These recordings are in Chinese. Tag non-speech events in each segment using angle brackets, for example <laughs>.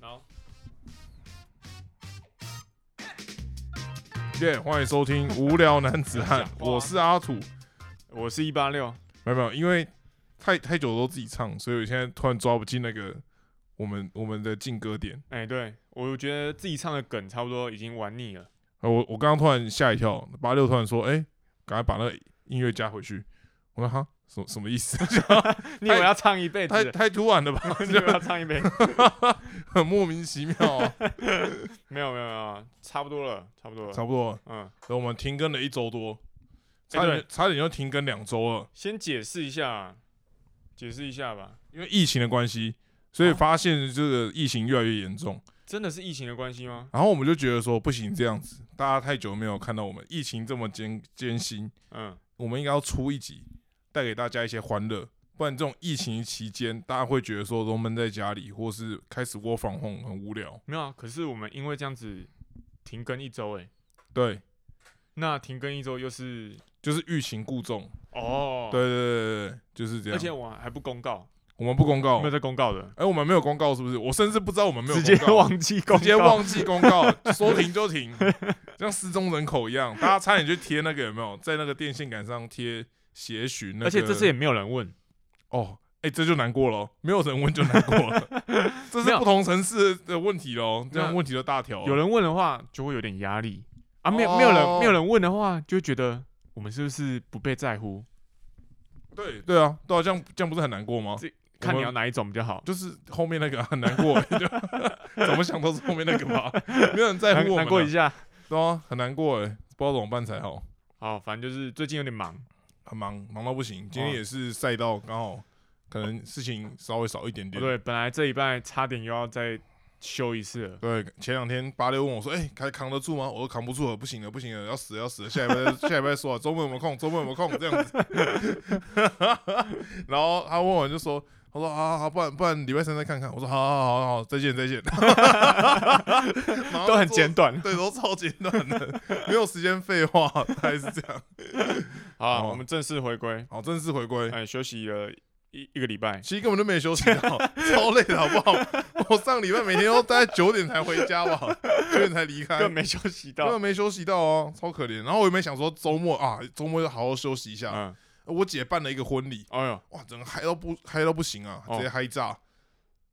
然后耶欢迎收听《无聊男子汉讲》，话我是阿土。我是一八六，没有没有，因为太太久都自己唱，所以我现在突然抓不进那个我们我们的进歌点。哎，对我觉得自己唱的梗差不多已经玩腻了。啊我我刚刚突然吓一跳，八六突然说：“哎、赶快把那个音乐加回去。”我说：“哈，什么什么意 <laughs> 思？你以为要唱一辈太子？太突然了吧？ <laughs> 你以为要唱一辈子？很莫名其妙、啊。没有没有没有，差不多了，差不多”了。差不多了，嗯，等我们停更了一周多，差点、哎对差点就停更两周了，先解释一下，解释一下吧。因为疫情的关系，所以哦发现这个疫情越来越严重。真的是疫情的关系吗？然后我们就觉得说不行，这样子大家太久没有看到我们疫情这么艰艰辛，嗯，我们应该要出一集，带给大家一些欢乐。不然这种疫情期间，大家会觉得说都闷在家里，或是开始 work from home 很无聊。没有啊。可是我们因为这样子停更一周，哎，对，那停更一周又是就是欲擒故纵。哦，对，对对对对，就是这而且样。我还不公告，我们不公告没有，在公告的，哎，我们没有公告是不是？我甚至不知道我们没有哦直接公告忘记公告，直接忘记公告，说停就 <laughs> 停，像失踪人口一样，大家差点去贴那个有没有在那个电线杆上贴协寻、那个而且这次也没有人问，哦，哎、这就难过了，没有人问就难过 <laughs> 了，这没是有不同城市的问题喽，这那样问题就大条了。有人问的话就会有点压力啊，没有哦没有人没有人问的话，就会觉得我们是不是不被在乎？对对啊，对啊，这样这样不是很难过吗这？看你要哪一种比较好，就是后面那个、啊、很难过、 <laughs> 欸，就怎么想都是后面那个吧，没有人在难乎我们、难过一下，下。对啊，很难过哎、不知道怎么办才好，好，反正就是最近有点忙，很忙忙到不行。今天哦也是赛道刚好，可能事情稍微少一点不点。哦对，本来这一拜差点又要再休一次了，对，前两天八六问我说：“哎、还扛得住吗？”我说：“扛不住了，不行了，不行了，要死了，要死了。”下一拜， <laughs> 下一拜说、啊：“周末有没有空？周末有没有空？”这样子。 <laughs> 然后他问完就说：“他说好好好，不然不然礼拜三再看看。”我说：“好好好好好，再见再见。” <laughs> 都都很简，短。 <laughs> 对，都超简短的，没有时间废话， <laughs> 大概是这样。好啊，哦我们正式回归，好，正式回归。哎，休息了一一个礼拜，其实根本就没休息到，超累的好不好？我上礼拜每天都大概九点才回家吧，九点才离开，根本没休息根到。本没休息到哦，超可怜。然后我也没想说周末啊，周末要好好休息一下。呃嗯，我姐办了一个婚礼，哎呦，哇，整个嗨到不嗨到不行啊，哦直接嗨炸，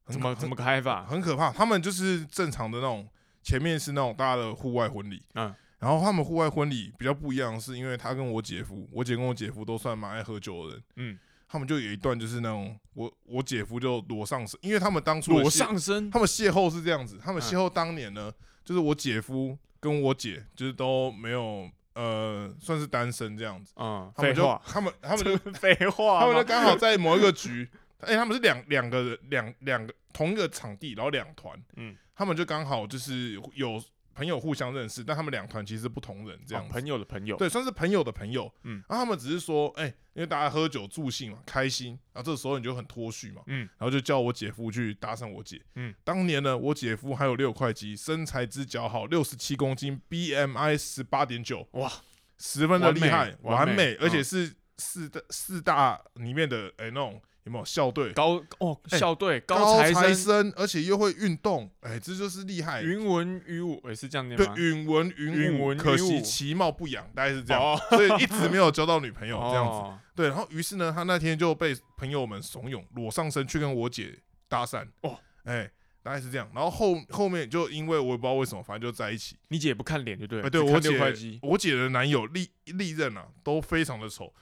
很怎么可怎么开法？很可怕。他们就是正常的那种，前面是那种大家的户外婚礼，嗯然后他们户外婚礼比较不一样，的是因为他跟我姐夫，我姐跟我姐夫都算蛮爱喝酒的人，嗯，他们就有一段就是那种我我姐夫就裸上身，因为他们当初的裸邂上身，他们邂逅是这样子，他们嗯邂逅当年呢，就是我姐夫跟我姐就是都没有呃，算是单身这样子。嗯，他废们就话，他们他 <laughs> 们就废话他嘛，哦们就刚好在某一个局， <laughs> 哎、他们是两两个人两两个同一个场地，然后两团，嗯他们就刚好就是有朋友互相认识，但他们两团其实是不同人这样哦子。朋友的朋友，对，算是朋友的朋友，嗯嗯，然后他们只是说，哎、因为大家喝酒助兴嘛，开心，然后这个时候你就很脱序嘛，嗯嗯，然后就叫我姐夫去搭讪我姐，嗯嗯，当年呢，我姐夫还有六块肌，身材之姣好，六十七公斤，BMI 十八点九，哇，十分的厉害，完完美美，嗯而且是四大四大里面的，哎、那种有没有校队高哦哎校队高材材生，生，而且又会运动，哎、这就是厉害。云文于武也是这样念对吗？，允文允允文武，可允武惜其貌不扬，大概是这样，哦所以一直没有交到女朋 <laughs> 友这样子。哦对，然后于是呢，他那天就被朋友们怂恿，裸上身去跟我姐搭讪。哦，哎，大概是这样。然后后后面就因为我也不知道为什么，反正就在一起。你姐也不看脸就对了，哎，对只我看六姐块肌，我姐的男友历历任啊，都非常的丑。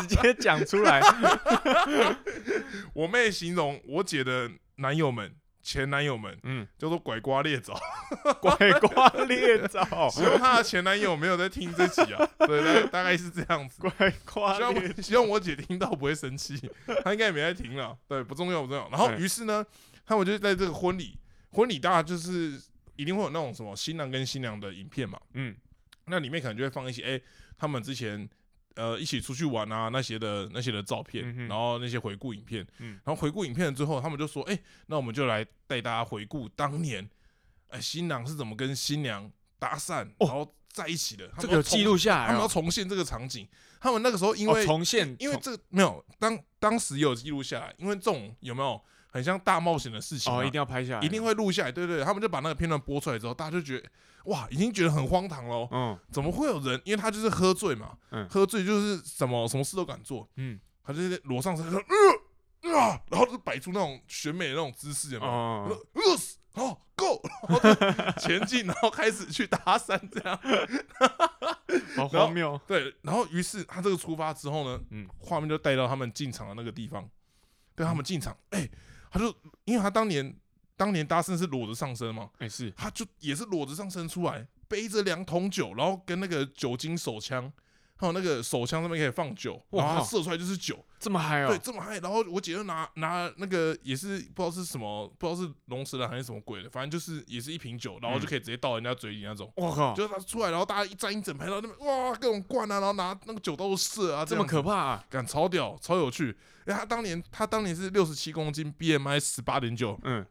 直 <laughs> 接讲出来，我妹形容我姐的男友们、前男友们嗯，叫做拐瓜裂 <laughs> 枣， <laughs> 拐瓜裂枣，希望她的前男友没有在听这集啊。对，大概大概是这样子。拐瓜希望裂， <laughs> 希望我姐听到不会生气， <laughs> 她应该也没在听了。对，不重要不重要。然后对于是呢，他们就在这个婚礼，婚礼大家就是一定会有那种什么新郎跟新娘的影片嘛，嗯，那里面可能就会放一些哎、他们之前呃一起出去玩啊那些的那些的照片，嗯哼然后那些回顾影片，嗯然后回顾影片之后，他们就说哎、那我们就来带大家回顾当年，哎、新郎是怎么跟新娘搭讪，哦然后在一起的，他这们个有要重记，录下他来们要哦，重现这个场景。他们那个时候因哦为重现，因为重这没有当当时有记录下来，因为这种有没有很像大冒险的事情、啊哦，一定要拍下来，一定会，会录下来。对对，对他们就把那个片段播出来之后，大家就觉得哇，已经觉得很荒唐喽。嗯怎么会有人？因为他就是喝醉嘛，嗯喝醉就是什么什么事都敢做，嗯，他就是裸上身，呃啊，然后就摆出那种选美的那种姿势，有没有？哦，呃死哦，Go，然后就前进，然后开始去搭讪，这样好荒谬，哦对。然后于是他这个出发之后呢，嗯画面就带到他们进场的那个地方，跟他们进场，哎、他就因为他当年当年搭讪是裸着上身嘛，哎、是，他就也是裸着上身出来，背着两桶酒，然后跟那个酒精手枪，还有那个手枪上面可以放酒，哇然后他靠射出来就是酒，这么嗨哦、对，这么嗨。然后我姐就拿拿那个也是不知道是什么，不知道是龙舌兰还是什么鬼的，反正就是也是一瓶酒，然嗯后就可以直接倒人家嘴里那种。我靠，就是他出来，然后大家一站一整排，然后那边哇各种灌啊，然后拿那个酒到处射啊，这这么样子可怕、啊，干超屌，超有趣。因为他当年他当年是六十七公斤，BMI 十八点 <laughs> 九，嗯，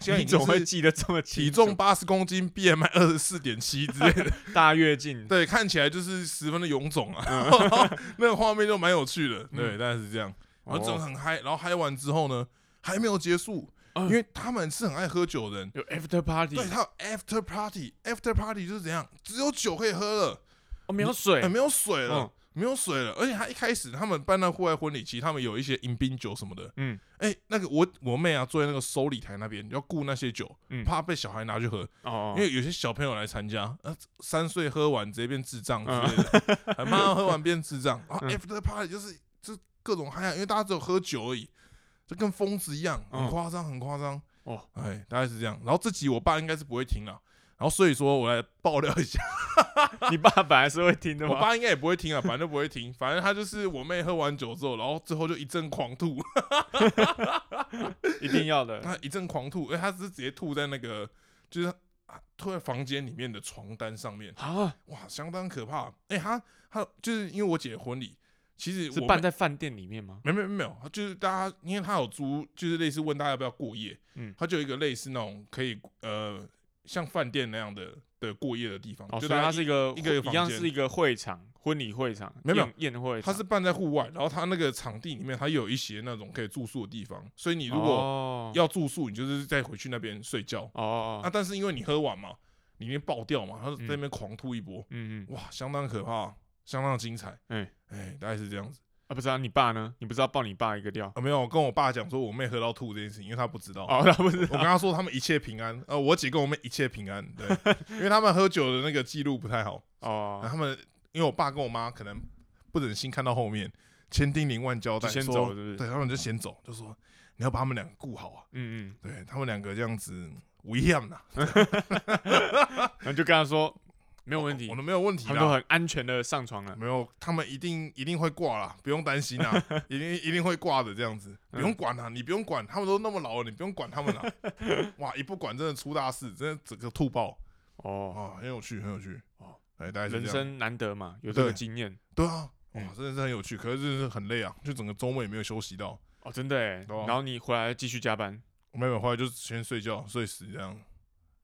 现在已你经总会是记得这么清体楚重八十公斤，BMI 二十四点七之类 <laughs> 的，大跃进，对，看起来就是十分的臃肿啊，然后 <laughs> 那个画面就蛮有趣的，对，嗯大概是这样，然后哦整个很嗨，然后嗨完之后呢，还没有结束，嗯因为他们是很爱喝酒的人，有 after party，对，他有 after party，after party 就是怎样，只有酒可以喝了，哦，没有水，哎，没有水了嗯。没有水了，而且他一开始他们办那户外婚礼，其实他们有一些迎宾酒什么的。嗯，哎、那个我我妹啊，坐在那个收礼台那边，要顾那些酒，嗯怕被小孩拿去喝。哦，因为有些小朋友来参加，呃，三岁喝完直接变智障之嗯类 <laughs> 的，很慢慢喝完变智障。然后嗯 after party 就是就各种嗨啊，因为大家只有喝酒而已，就跟疯子一样，很嗯夸张，很夸张。哦，哎，大概是这样。然后这集我爸应该是不会听了，然后所以说我来爆料一下，哦你爸本来是会听的我吗？爸应该也不会听啊，反正就不会听，反正他就是我妹喝完酒之后，然后最后就一阵狂吐， <laughs> 一定要 <laughs> 的，他一阵狂吐，哎，他是直接吐在那个就是。啊吐在房间里面的床单上面，啊，哇，相当可怕。哎、他他就是因为我姐的婚礼，其实是我办们在饭店里面吗？没没没有，就是大家因为他有租，就是类似问大家要不要过夜，嗯他就有一个类似那种可以呃像饭店那样的的过夜的地方，哦，就大所以家它是一个啊一个一房样间是一个会场，婚礼会场，没有宴宴会他场，是办在户外，然后他那个场地里面他有一些那种可以住宿的地方，所以你你如果哦要住宿，你就是再回去那边睡觉。哦啊，但是因为你喝完嘛，里面爆掉嘛，他就在嗯那边狂吐一波，嗯嗯哇，相当可怕，相当精彩。哎哎，大概是这样子。啊，不知道、你爸呢？你不知道爆你爸一个料？啊，没有，我跟我爸讲说我妹喝到吐这件事情，因为他不知道。哦，他 <laughs> 不是我跟他说他们一切平安，呃，我姐跟我妹一切平安， <laughs> 对，因为他们喝酒的那个记录不太好，然后哦，他们因为我爸跟我妈可能不忍心看到后面，千叮咛万交代，就先说走是不是对他们就先走，就说你要把他们两个顾好啊，嗯嗯，对他们两个这样子无一样啊呐，然后就跟他说没有问题我，们没有问题嗯他们都啦。很安全的上床了。没有，他们一定一定会挂啦，不用担心 <laughs> 啦，一定一定会挂的，这样子不嗯用管啦，啊你不用管，他们都那么老了，你不用管他 <laughs> 们啦。啊哇，一不管真的出大事，真的整个吐爆哦，啊，很有趣，很有趣哦哎，大概是人这样。生难得嘛，有这个对经验对啊，哇，嗯真的是很有趣，可是真的是很累啊，就整个周末也没有休息到，哦，真的哎。对啊然后你回来继续加班，没有，后来就先睡觉睡死这样，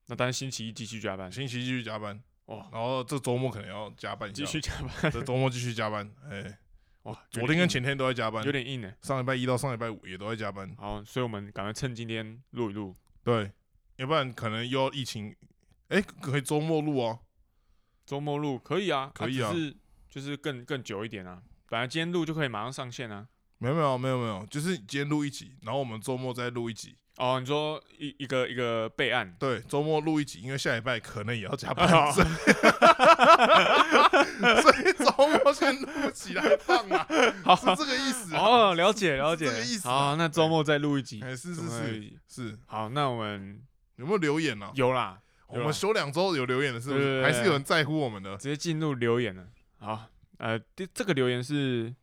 那当然星期一继续加班，星期一继续加班，哇，然后这周末可能要加班一下，继续加班，这周末继续加班，哎，哇，昨天跟前天天都在加班有，点硬哎。上礼拜一到上礼拜五也都在加班，好，所以我们赶快趁今天录一录。对，要不然可能又要疫情。哎、可以周末录哦。周末录可以啊，可以啊只是就是更更久一点啊。本来今天录就可以马上上线啊。没有没有没有没有，就是今天录一集，然后我们周末再录一集。哦，你说一一个一个备案，对，周末录一集，因为下礼拜可能也要加班，哦所 <laughs> 以所以周末先录起来放啊， <laughs> 好，是这个意思、啊。哦，了解了解这个意，思啊好，那周末再录一集哎、，是是周末再录是一集是，好，那我们有没有留言呢、啊？有啦，我们休两周有留言的，是不对对是？对还是有人在乎我们的？ <laughs> 直接进入留言了。好，呃，第这个留言是，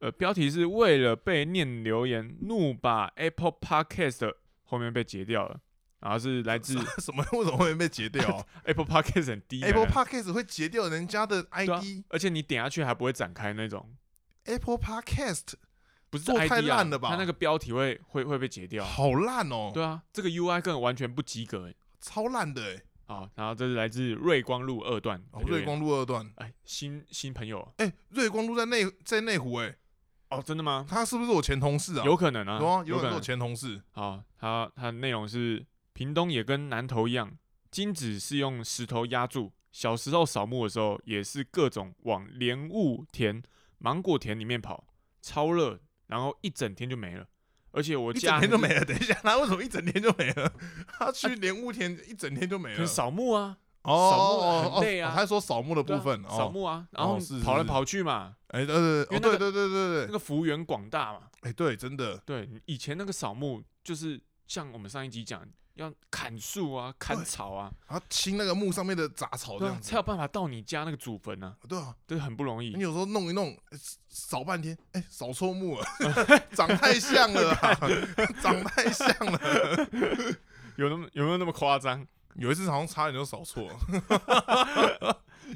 呃，标题是为了被念留言，怒把 Apple Podcast 后面被截掉了，然后是 <laughs> 来自什么？为什么会被截掉、啊 Apple Podcast 很低？Apple 的 Podcast 会截掉人家的对啊 ID，Apple、而且你点下去还不会展开那种。 Podcast 不是做 ID 啊太烂了吧它那个标题会会会被截掉。好烂哦、啊对啊，这个 UI 更完全不及格欸。超烂的哎、好，然后这是来自瑞光路二段的哦，留言瑞光路二段，哎新新朋友哎、瑞光路在内在内湖哎、哦，真的吗？他是不是我前同事啊？ <laughs> 有可能啊，有啊，有有可能可是我能。前同事。好，它它的内容是屏东也跟南投一样，金子是用石头压住。小时候扫墓的时候，也是各种往莲雾田、芒果田里面跑，超热，然后一整天就没了。而且我一整家天就没还是了。等一下，他为什么一整天就没了？ <laughs> 他去莲雾田一整天就没了。可能扫墓啊，哦扫哦墓哦，很累哦啊他说扫墓的部分对啊哦，扫墓啊，然后哦是是跑来是跑去嘛，哎，对对因对，哦为那个对对对对对，那个幅员广大嘛。哎，对，真的，对，以前那个扫墓就是像我们上一集讲，要砍树啊、砍对草啊，他清那个墓上面的杂草这对啊，样才子，有办法到你家那个祖坟啊，对啊，这很不容易你。有时候弄一弄，哎扫半天，哎，扫错墓了， <laughs> 长太像了啊， <laughs> 长太像了。有那么有没有那么夸张？有一次好像差点就扫错，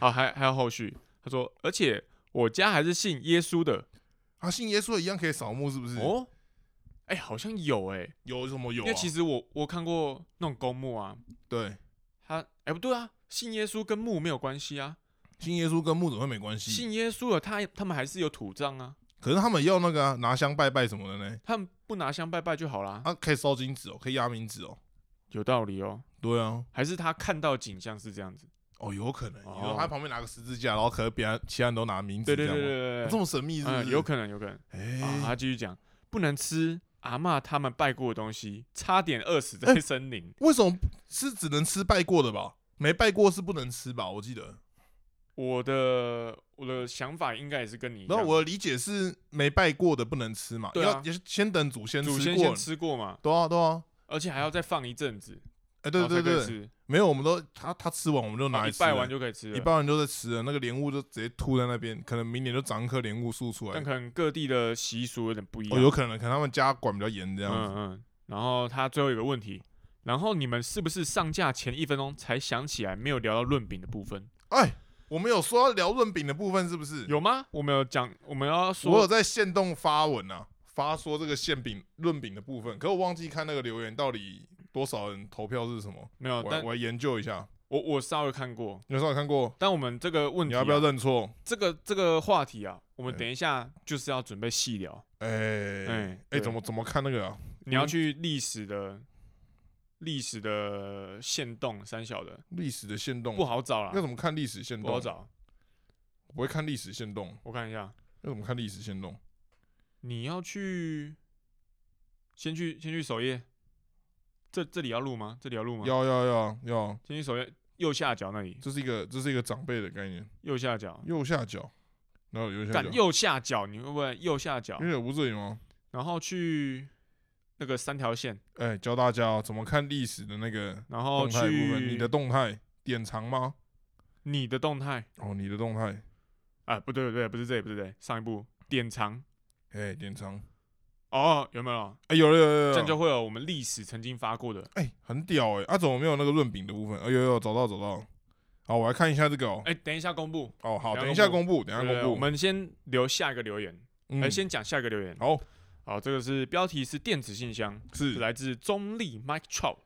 好，还还有后续，他说，而且我家还是信耶稣的啊，信耶稣的一样可以扫墓是不是？哦。哎、好像有哎、有什么有因啊为？其实我我看过那种公墓啊，对，他哎、不对啊，信耶稣跟墓没有关嗯系啊，信耶稣跟墓怎么会没关系？信耶稣的他他们还是有土葬啊，可是他们要那个啊拿香拜拜什么的呢？他们不拿香拜拜就好啦，啊，可以烧金纸哦，可以压冥纸哦。有道理哦。对啊，还是他看到景象是这样子，哦，有可能，哦有他旁边拿个十字架，然后可能别人其他人都拿冥对纸这对对样吗，对对对，这么神秘是不嗯是？有可能有可能。啊，哎，他继续讲，不能吃阿嬷他们拜过的东西，差点饿死在森林。 <laughs> 为什么是只能吃拜过的吧？没拜过是不能吃吧？我记得。我的我的想法应该也是跟你一然样，后我的理解是没拜过的不能吃嘛，对啊要也是先等祖先祖吃先先过。吃过嘛，对啊，对啊，而且还要再放一阵子，哎，对然后对才可以对，哦吃，没有，我们都他他吃完我们就拿啊来一吃拜完了，就可以吃一了。拜完就在吃了，那个莲雾就直接吐在那边，可能明年就长一棵莲雾树出来但。可能各地的习俗有点不一哦，样，有可能，可能他们家管比较严这样子。嗯嗯。然后他最后一个问题，然后你们是不是上架前一分钟才想起来没有聊到论饼的部分？哎，我们有说要聊润饼的部分是不是？有吗？我们有讲，我们要我有说在线动发文啊，发说这个馅饼润饼的部分，可我忘记看那个留言到底多少人投票是什么，没有？我来哦但我来研究一下。我我稍微看过，你有稍微看过？但我们这个问你题、啊要不要？认错？这个这个话题啊，我们哎等一下就是要准备细聊。哎哎哎对怎么怎么看那个啊？你要去历史的历史的线动三小的历史的线动不好找啦嗯要，怎么啊看历史线不动？好找。我不会看历史线动，我看一下，要怎么看历史线动？你要去先去先去首页，这这里要录吗？这里要录吗？要要要要，先去首页右下角那里，这是一个这是一个长辈的概念，右下角，右下角，然后右下角干，右下角，你会不会右下角右？下角不是这里吗？然后去那个三条线，哎、教大家、哦、怎么看历史的那个然动后哦去态部分，你的动态典藏吗？你的动态哦，你的动态，啊，不对不对，不是这里，不是这里，上一步典藏哎、典藏，哦，有没有？哎、有了有了有这了，样就会有我们历史曾经发过的。哎、很屌哎、啊，怎么没有那个润饼的部分？哎、呦有有，找到找到，好，我来看一下这个哦，哎、等一下公布，哦好，等等一一下下公布，等一下对公对布，我们先留下一个留言，嗯哎、先讲下一个留言。好好，这个是标题是电子信箱，是啊是来自中立 Mike Trout，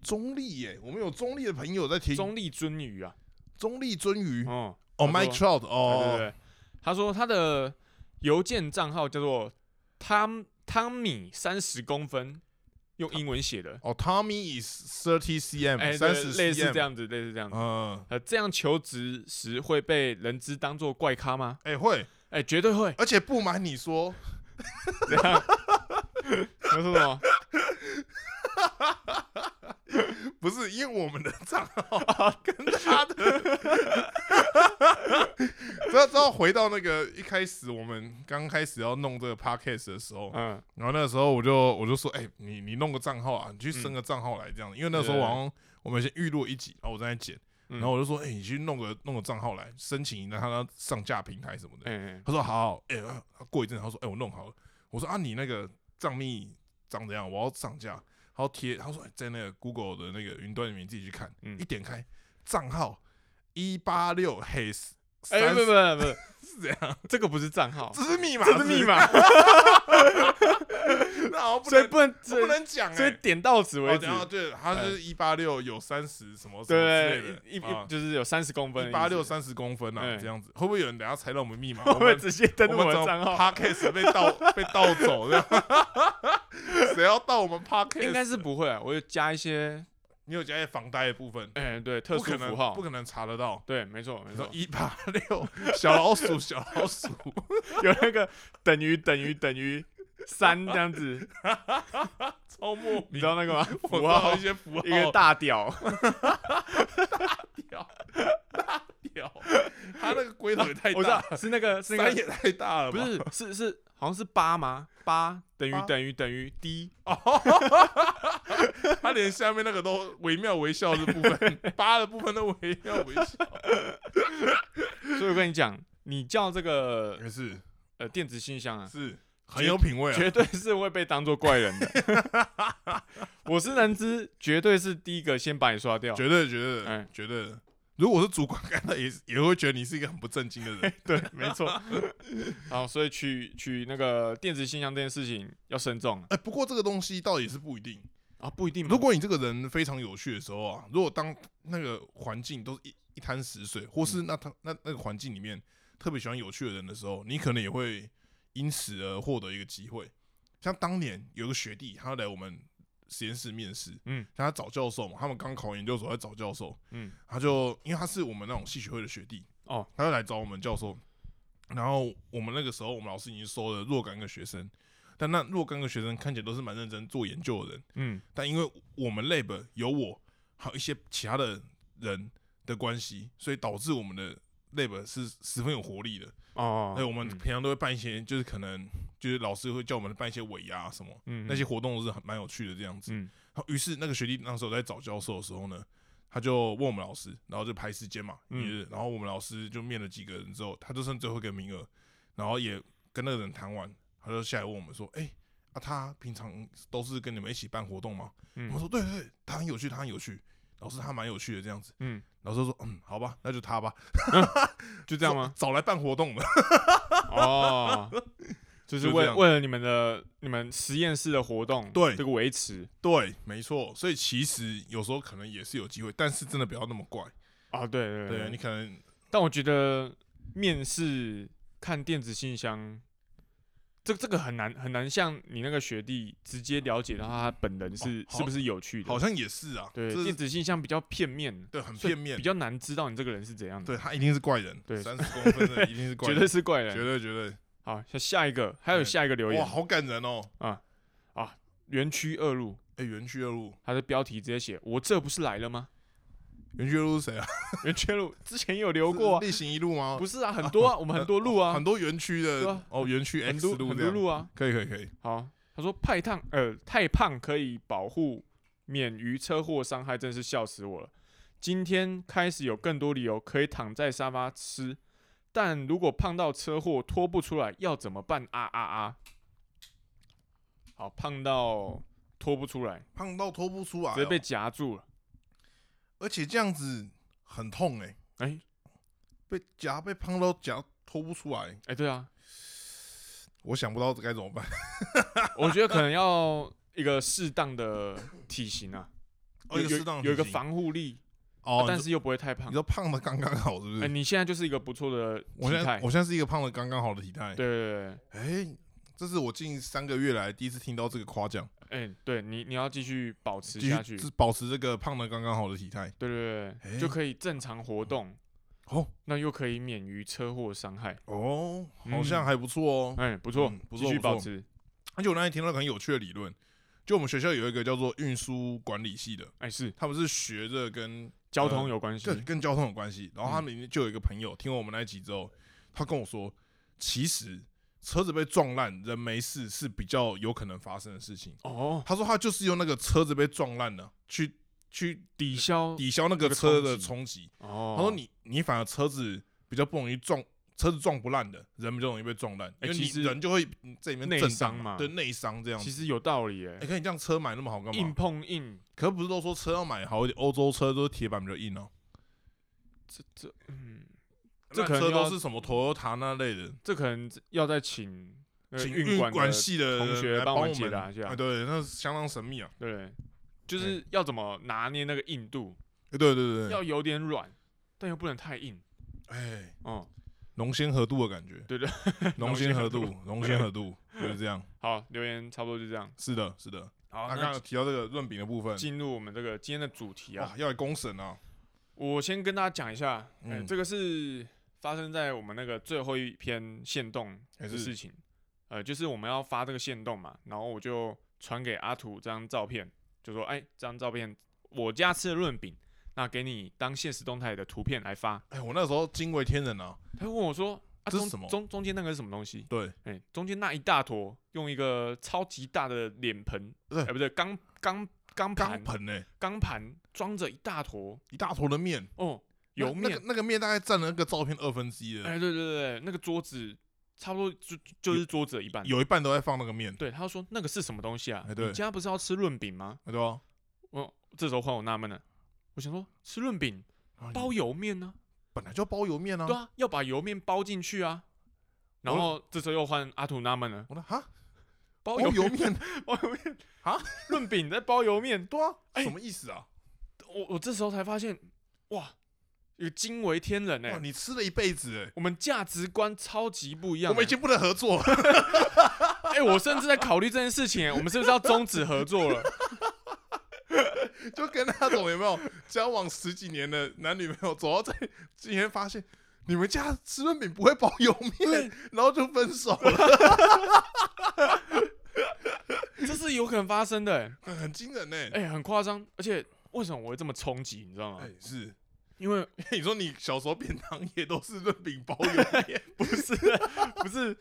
中立耶、我们有中立的朋友在听，中中立鳟鱼啊，立鳟鱼，哦哦，他说，Mike Trout，对对哦，对，他说他的邮件账号叫做汤汤米三十公分，用英文写的，哦，Tommy is thirty cm，哎、对三十类似这 cm，样子，类似这样子。嗯，呃，这样求职时会被人资当做怪咖吗？哎、会，。哎、绝对会 <laughs> 而且不瞒你说， <laughs> 怎样？你说什么？不是因为我们的账号跟他的， <laughs> 知道知道回到那个一开始我们刚开始要弄这个 podcast 的时候，嗯，然后那个时候我就我就说，哎、你你弄个账号啊，你去升个账号来这样，因为那时候我好像我们先预录一集，然后我在那剪，嗯然后我就说，哎、你去弄个弄个账号来申请，让他上架平台什么的。哎、哎他说好，哎、啊过一阵他说，哎、我弄好了。我说啊，你那个账密长怎样？我要上架，然后贴。他说、哎在那个 Google 的那个云端里面你自己去看，嗯一点开账号一八六 haze，哎、不不不不不，是这样，这个不是账号， <laughs> 这是密码，这是密码。那好像不所以能不能我不能讲所以哎。点到此为哦，止哎等一。下对，他就是一八六有三十什么什么之类对的，，一啊一就是有三十公分的一意八六思，三十公分啊，哎这样子会不会有人等下猜到我们密码？我我会们直接登我录们我的从账号， Podcast 被 <laughs> 盗被盗走这样， <laughs> 谁要盗我们 Podcast？ <laughs> 应该是不会啊，我就加一些，你有加在房贷的部分，哎，对，特不殊可符能号不，可哦能查得到。对，没错没你说错，一八六 <laughs> 小老鼠小老 <laughs> 鼠，有那个等于等于等于三这样子，超莫你名知道那个吗？ <laughs> 我符知道号一些符号一个大屌，屌大屌， <laughs> 他那个规则也太我知大道，是那个是那三个也太大了不吧？是是是好像是八吗？八等于八等于等于 d，他连下面那个都惟妙惟肖的部 <laughs> 分，八的部分都惟妙惟肖。所以我跟你讲，你叫这个也是呃电子信箱啊，是很有品味啊，绝对是会被当做怪人的。 <laughs> 我是人资，绝对是第一个先把你刷掉。绝对绝对哎绝对的。如果我是主管看到也是也会觉得你是一个很不正经的人，对，没错。 <laughs> 好，所以取取那个电子信箱这件事情要慎重啊哎，不过这个东西倒也是不一定。啊，不一定嘛。如果你这个人非常有趣的时候啊，如果当那个环境都是一一滩死水，或是那他那那个环境里面特别喜欢有趣的人的时候，你可能也会因此而获得一个机会。像当年有个学弟，他来我们实验室面试，嗯，他找教授嘛，他们刚考完研究所在找教授，嗯，他就因为他是我们那种系学会的学弟，哦，他就来找我们教授，然后我们那个时候我们老师已经收了若干个学生，但那若干个学生看起来都是蛮认真做研究的人，嗯但因为我们 lab 有我，还有一些其他的人的关系，所以导致我们的 lab 是十分有活力的。哦所，以我们嗯平常都会办一些，就是可能就是老师会叫我们办一些尾牙啊什么，嗯那些活动都是很蛮有趣的这样子。嗯然后于是那个学弟那时候在找教授的时候呢，他就问我们老师，然后就排时间嘛，嗯嗯，然后我们老师就面了几个人之后，他就剩最后一个名额，然后也跟那个人谈完，他就下来问我们说，哎、啊他平常都是跟你们一起办活动吗？嗯我说对对对，他很有趣，他很有趣，老师他蛮有趣的这样子。嗯，老师说嗯，好吧，那就他吧，就这样吗？ <laughs> 找来办活动的。哦， <laughs> 就是就这为样为了你们的你们实验室的活动，对这个维持对，没错，所以其实有时候可能也是有机会，但是真的不要那么怪。啊，对对对你可能但我觉得面试看电子信箱，这这个很难很难像你那个学弟直接了解到他本人是、哦好是不是有趣的，好像也是啊，对这电是子信箱比较片面，对很所以片面比，较难知道你这个人是怎样的，对他一定是怪人，对三十公分的一定是怪绝人，对是怪绝人。对绝好，下下一个还有对下一个留对，哇，言，好感人哦！园区二路，哎，园区二路，他的标题直接写我这不是来了吗？ <laughs> 园区二路是谁啊？园区二路之前也有留过、啊，是例行一路吗？不是啊，很 <laughs> 多啊，我们很多路啊，很多园区对的啊哦，园区很 X 多路很这多样，路啊。可以可以可以，好，他说太烫，呃，太胖可以保护免于车祸伤害，真是笑死我了。今天开始有更多理由可以躺在沙发吃，但如果胖到车祸拖不出来，要怎么办？啊啊啊！好，胖到拖不出来，胖到脱不出来直接被哦，夹住了。而且这样子很痛哎，哎被夹被胖到夹脱不出来，哎，对啊，我想不到该怎么办。我觉得可能要一个适当的体型啊，哦，有一个适当的有有一个体型防护力，哦，啊但你说是又不会太胖你。说胖的刚刚好是不哎，是？你现在就是一个不错的我体现在态，我现在是一个胖的刚刚好的体态。对，对对。哎，这是我近三个月来第一次听到这个夸奖，哎、对你，你要继续保持继下续去，是保持这个胖的刚刚好的体态。对对对，就哎可以正常活动，哦那又可以免于车祸伤害。哦，嗯好像还不错哦。哎、不错嗯，不继错续不保错持。而且我那天听到一个很有趣的理论，就我们学校有一个叫做运输管理系的，哎、是他们是学着跟交呃通有关系、跟跟交通有关系。然后他们里面就有一个朋友听完我们那一集之后，他跟我说，其实车子被撞烂，人没事是比较有可能发生的事情。哦，他说他就是用那个车子被撞烂了，去去抵消抵消那个车的冲击。哦。他说你你反而车子比较不容易撞，车子撞不烂的，人比较容易被撞烂，因哎为其你实人就会嗯在里面内震伤荡嘛对内伤这样其子。实有道理哎、哎，可你这样车买那么好干硬嘛？碰硬，可是不是都说车要买好一点，欧洲车都是铁板比较硬哦，这这嗯，这那可能车要都是什么 Toyota 那类的。这可能要再请呃请运管管的系的同人学来帮帮我们们解答一下啊，对，那相当神秘啊，对，就是要怎么拿捏那个硬度，哎对对对对，要有点软，但又不能太硬。哎，嗯，浓鲜合度的感觉，对对，浓鲜合度，浓鲜合度就是这样，好，留言差不多就这样。是的，是的。好，他刚那刚提到这个润饼的部分，进入我们这个今天的主题啊哇，，要来公审啊，我先跟大家讲一下，哎、嗯这个是发生在我们那个最后一篇线动的还是事情，呃，就是我们要发这个线动嘛，然后我就传给阿土这张照片，就说，哎、这张照片我家吃的润饼，那给你当现实动态的图片来发。哎，我那时候惊为天人啊，他问我说，啊，这是中什么中中间那个是什么东西？对，哎、中间那一大坨，用一个超级大的脸盆，对哎、不对，钢钢钢钢盘盆哎，钢盘装着一大坨，一大坨的面，哦，那油面那。个那个面大概占了那个照片二分之一哎、的，对对对，那个桌子差不多就就是桌子的一半。有一半都在放那个面，对，他说那个是什么东西啊？哎对你家不是要吃润饼吗？对吧？我这时候换我纳闷了，我想说吃润饼啊包油面呢、本来就包油面啊对，啊，要把油面包进去啊。然我后这时候又换阿土纳闷了，我说哈，包哦包油油面，包油面 <laughs> 啊，润饼在包油面。对啊， <laughs> 哎什么意思啊？我我这时候才发现，哇，有惊为天人哎、哇，你吃了一辈子哎，我们价值观超级不一样、我们已欸。经不能合作了， <laughs> 哎、我甚至在考虑这件事情、欸，我们是不是要终止合作了？就跟那种有没有交往十几年的男女朋友走到这，今天发现你们家吃润饼不会包油面，然后就分手啊了，这是有可能发生的、欸，很惊人哎。哎、很夸张。而且为什么我会这么冲击，你知道吗？哎，是，<laughs> 因为因 <laughs> 为你说你小时候便当也都是润饼包油面，不是不是，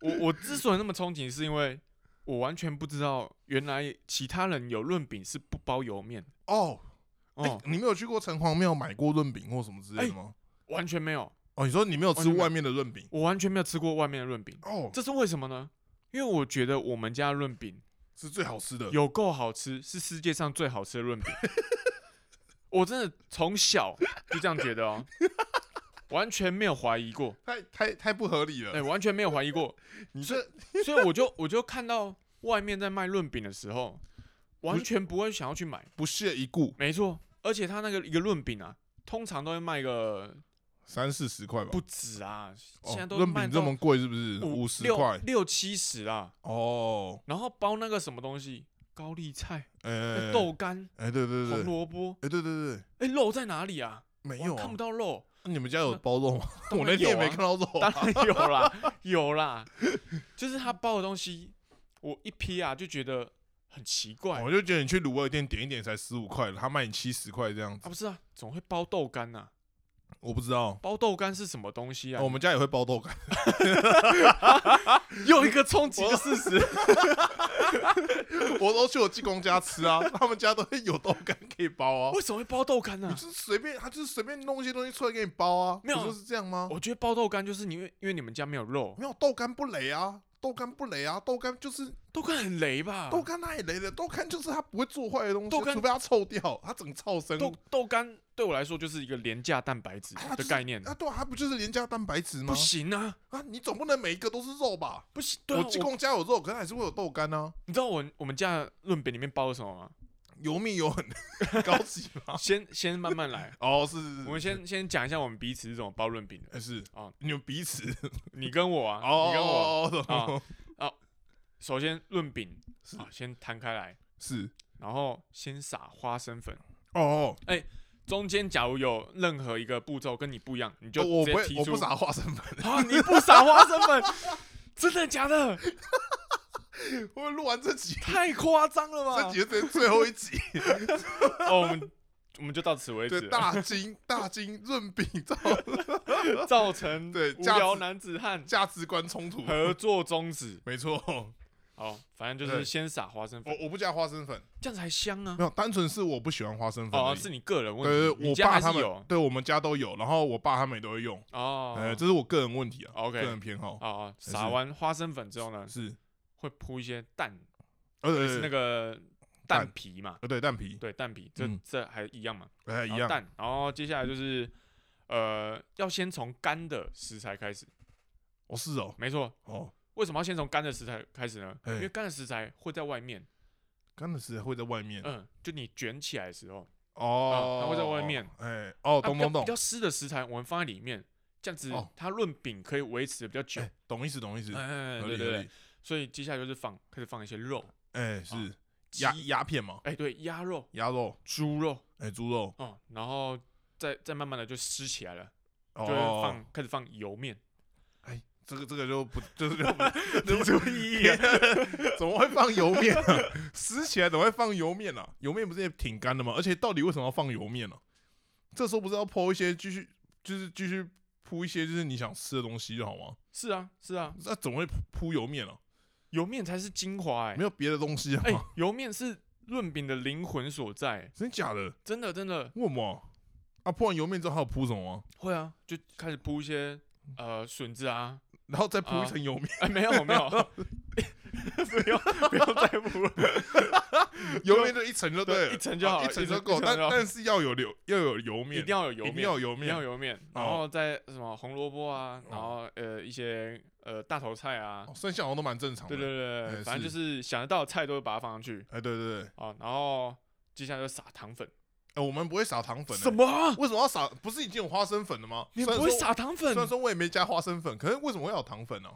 我我之所以那么冲击，是因为我完全不知道原来其他人有润饼是不包油面的 <laughs> 哦，哎、哦，你没有去过城隍庙买过润饼或什么之类的吗？完全没有，哦，你说你没有吃哦你没有外面的润饼？我完全没有吃过外面的润饼，哦，这是为什么呢？因为我觉得我们家的润饼是最好吃的。有够好吃，是世界上最好吃的润饼。 <laughs> 我真的从小就这样觉得哦，完全没有怀疑过，太太太不合理了！哎、完全没有怀疑过。你这所以我就我就看到外面在卖润饼的时候，完全不会想要去买。不屑一顾，没错，而且他那个一个润饼啊，通常都会卖个三四十块吧。不止啊，哦现在都润卖饼到这么贵是不是？五五十六块六七十啊。哦，然后包那个什么东西，高丽菜、哎豆干、哎，对对红对，萝卜，哎对对对，哎、肉在哪里啊？没我有看啊不。到肉，那你们家有包肉吗？<laughs> 当我然那天也有啊没看到肉 <laughs> 当啊。然有啦， <laughs> 有啦，就是他包的东西，我一批啊就觉得很奇怪我就觉得你去卤味店点一点才十五块了，他卖你七十块这样啊，子，不是啊，总会包豆干呐、我不知道。包豆干是什么东西啊？哦我们家也会包豆干，又一个冲击的事实。 <laughs> 我都去我济公家吃啊，他们家都会有豆干可以包啊。为什么会包豆干呢、你就是随便，他就是随便弄一些东西出来给你包啊，没有不就是这样吗？我觉得包豆干就是因为因为你们家没有肉，没有豆干不雷啊，豆干不雷啊，豆干就是豆干很雷吧？豆干太雷了，豆干就是它不会做坏的东西，啊啊豆干除非它臭掉，它整个臭生。豆豆干对我来说就是一个廉价蛋白质啊它的就是概念，啊，对啊，它不就是廉价蛋白质吗不？行啊，啊，你总不能每一个都是肉吧？不行。对啊，我济我公家有肉，可是还是会有豆干啊，你知道我我们家的润饼里面包了什么吗？油面有很 <laughs> 高级吗？先 <laughs> 先慢慢 <laughs> 来，哦，是是是我们先先讲一下我们彼此是怎么包润饼的。 <laughs> 哎，是哦你们彼此你跟我啊，哦，你跟我。哦哦哦首先润饼是啊，先摊开来，是然后先撒花生粉。哦哦，中间假如有任何一个步骤跟你不一样，你就哦我我直不接会提我出不撒花生粉， <laughs> 啊，你不撒花生 <laughs> 粉，真的假的？我们录完这集，太夸张了这吧！集是最后一集， <laughs> 哦，我们我们就到此为对止，大金大金润饼造 <laughs> 造成对无价聊值男子汉价值观冲突，合作终止。没错。好，反正就是对先撒花生粉，我我不加花生粉，这样才香啊没！有，单纯是我不喜欢花生粉而哦，已。是你个人对问题，对，你呃我家爸还他是们有对我们家都有，然后我爸他们也都会用，呃，哦。这是我个人问题啊， OK 个人偏好哦哦，撒完花生粉之后呢，是，会铺一些蛋，呃，对就是那对个蛋蛋皮嘛，呃对蛋皮，对，蛋皮，这嗯这还一样嘛，哎一然后样，蛋，然后接下来就是呃，要先从干的食材开始，哦是哦没错，哦，为什么要先从干的食材开始呢？哎因为干的食材会在外面，干的食材会在外面嗯，就你卷起来的时候，哦啊，它会在外面哎，哦，它懂比较懂比懂，较湿的食材我们放在里面，这样子哦它润饼可以维持的比较久。哎，懂意思，懂意思，哎，合对理对合对理，，所以接下来就是放开始放一些肉，哎，哦是鸭鸡鸭片嘛，哎对，鸭肉、鸭肉，猪肉，哎，猪肉，哦，然后再再慢慢的就湿起来了，就会哦，放开始放油 <laughs> 面，这个这个就不 <laughs> 就是就不提出异议啊怎么会放油面啊？ <laughs> 撕起来怎么会放油面啊？油面不是也挺干的吗？而且到底为什么要放油面呢、啊这时候不是要铺一些继续就是继续铺一些就是你想吃的东西就好吗？ <laughs> 是啊是啊，那怎么会铺铺油面呢、油面才是精华哎、没有别的东西啊？哎、油面是润饼的灵魂所在、欸真假的？真的真的为什么啊？啊，铺完油面之后还有铺什么吗？会啊，就开始铺一些呃笋子啊，然后再铺啊一层油面，哎、没有没有， <laughs> 不用不用再铺了，油面就一层就对了，对一层就好啊了一层就一层够。一层但就好但是要有油，要有油面， <laughs> 一定要有油一面，定要有油一定要面，有油面，哦然后再什么红萝卜啊，然后哦呃一些呃大头菜啊哦，剩下好像都蛮正常的。对对对对，哎反正就是是想得到的菜都会把它放上去哎，对对对，啊，然后接下来就撒糖粉，哎，我们不会撒糖粉的。欸么？啊为什么要撒？不是已经有花生粉了吗？你虽然不会说撒糖粉虽？然说我也没加花生粉，可是为什么会有糖粉呢、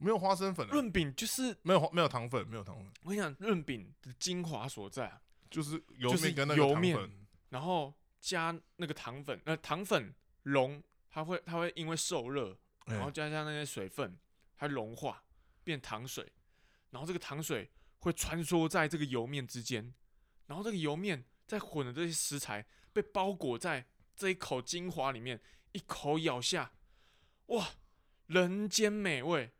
没有花生粉、啊，润饼就是没有花没有糖粉，没有糖粉，我跟你讲，润饼的精华所在啊，就是油就是面跟那个油糖面粉。然后加那个糖粉，那、糖粉融，它会它会因为受热，然后哎，加上那些水分，它融化变糖水，然后这个糖水会穿梭在这个油面之间，然后这个油面再混的这些食材被包裹在这一口精华里面，一口咬下，哇，人间美味，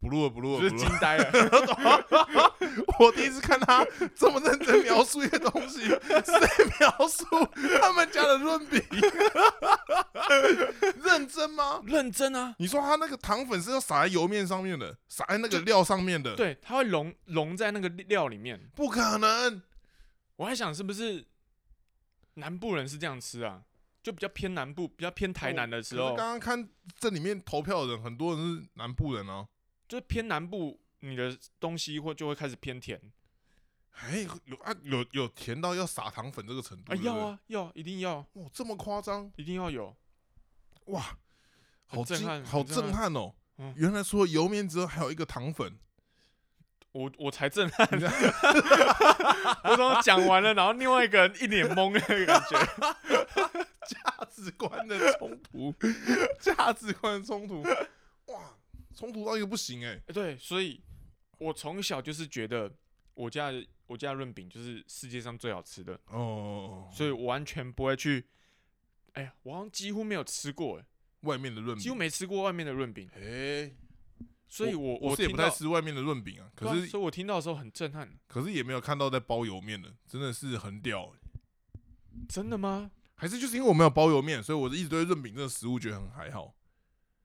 不录了，不录我了，是不录惊了。呆了， <laughs> <laughs> 我第一次看他这么认真描述一个东西， <laughs> 谁描述他们家的润饼？ <laughs> 认真吗？认真 <laughs> 啊，你说他那个糖粉是要撒在油面上面的，撒在那个料上面的，，对，它会融融在那个料里面，不可能。我还想是不是南部人是这样吃啊？就比较偏南部，比较偏台南的时哦可候，是刚刚看这里面投票的人，很多人是南部人啊。就是偏南部，你的东西会就会开始偏甜。哎，有啊，有有甜到要撒糖粉这个程度？对啊，不对要！啊，要，一定要，哇，这么夸张，一定要有。哇，很好震惊撼好很震震撼哦！嗯原来除了油面之后，还有一个糖粉，我我才震撼， <laughs> 我怎么讲完了，然后另外一个人一脸懵的感觉。价值观的冲突， <laughs> 价值观的冲突，哇，冲突到一个不行哎！ <laughs> 对，所以我从小就是觉得我家的我家的润饼就是世界上最好吃的，哦，所以我完全不会去。哎呀，我好像几乎没有吃过，哎外面的润几乎饼，没吃过外面的润饼，哎，所以我我是也听不太到，吃外面的润饼啊，对可啊是所以我听到的时候很震撼。可是也没有看到在包油面的，真的是很屌欸。真的吗？还是就是因为我没有包油面，所以我一直对润饼这个食物觉得很还好。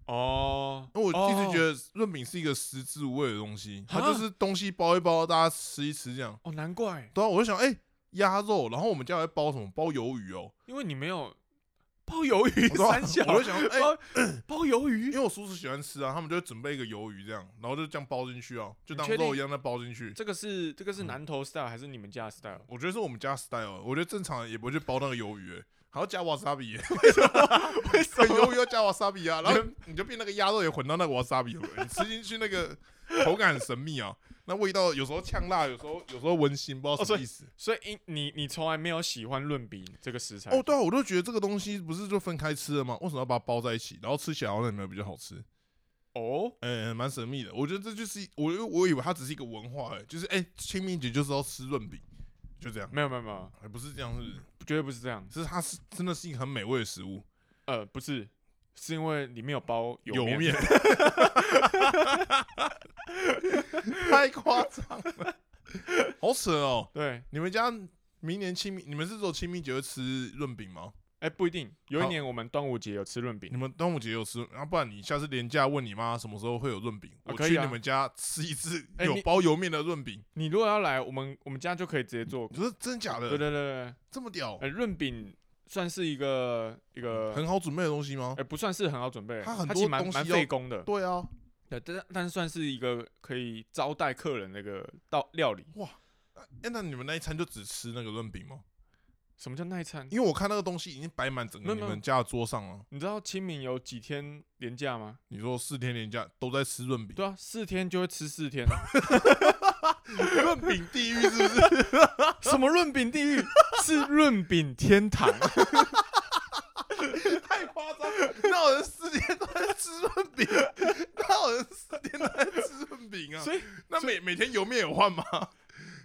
哦，因为我一直觉得得润饼是一个食之无味的东西，它哦哈就是东西包一包，大家吃一吃这样。哦，难怪，对啊，我就想，哎、鸭肉，然后我们家还包什么？包鱿鱼哦、因为你没有包鱿鱼我说三小，我就想，哎、 <laughs> 包包鱿因鱼，为我叔叔喜欢吃啊，他们就会准备一个鱿鱼这样，然后就这样包进去啊，就当你确定肉一样再包进去。这个是这个是南投 style 还是你们家的 style？我觉得是我们家 style，我觉得正常人也不会去包那个鱿鱼、欸，还要加 <laughs> wasabi，欸 <laughs> 为什鱿、鱼要加 wasabi 啊，然后你就变那个鸭肉也混到那个 wasabi，了你吃 <laughs> 进去那个口感很神秘啊，那味道有时候呛辣，有时候有时候温馨，不知道哦什所么以意思。 <laughs> 所以因你你从来没有喜欢论饼这个食材哦，对啊，我都觉得这个东西不是就分开吃了吗？为什么要把它包在一起？然后吃起来好像也没有比较好吃，哦，呃、蛮神秘的。我觉得这就是我我以为它只是一个文化、欸，就是哎，清明节就是要吃润饼，就这样，没有没有没有，还不是这样，是不是？绝对不是这样。是它是真的是一个很美味的食物，呃，不是，是因为里面有包油面。面， <laughs> 太夸张了，好扯哦！对，你们家明年清明，你们是说清明节会吃润饼吗？哎，不一定。有一好年我们端午节有吃润你饼，们端午节有吃，然、后不然你下次廉价问你妈什么时候会有润饼，啊我可以去啊你们家吃一次哎有你包油面的润饼。你如果要来，我们我们家就可以直接做。你说真假的？对对对对，这么屌？呃，润饼算是一个一个，很好准备的东西吗哎、？不算是很好准备，啊它它很其实多蛮东西蛮要费工的，对啊，呃对，但但是算是一个可以招待客人的一个道料理。哎，那你们那一餐就只吃那个润饼吗？什么叫那一餐？因为我看那个东西已经摆满整没个有你没有们家的桌上了。你知道清明有几天连假吗？你说四天连假都在吃润饼，对啊，四天就会吃四天。啊润饼地狱是不是？ <laughs> 什么润饼地狱？是润饼天堂。 <laughs> 太夸张！了！那有人四天都在吃润饼，那有人四天都在吃润饼啊？所以那每每天油面有换吗？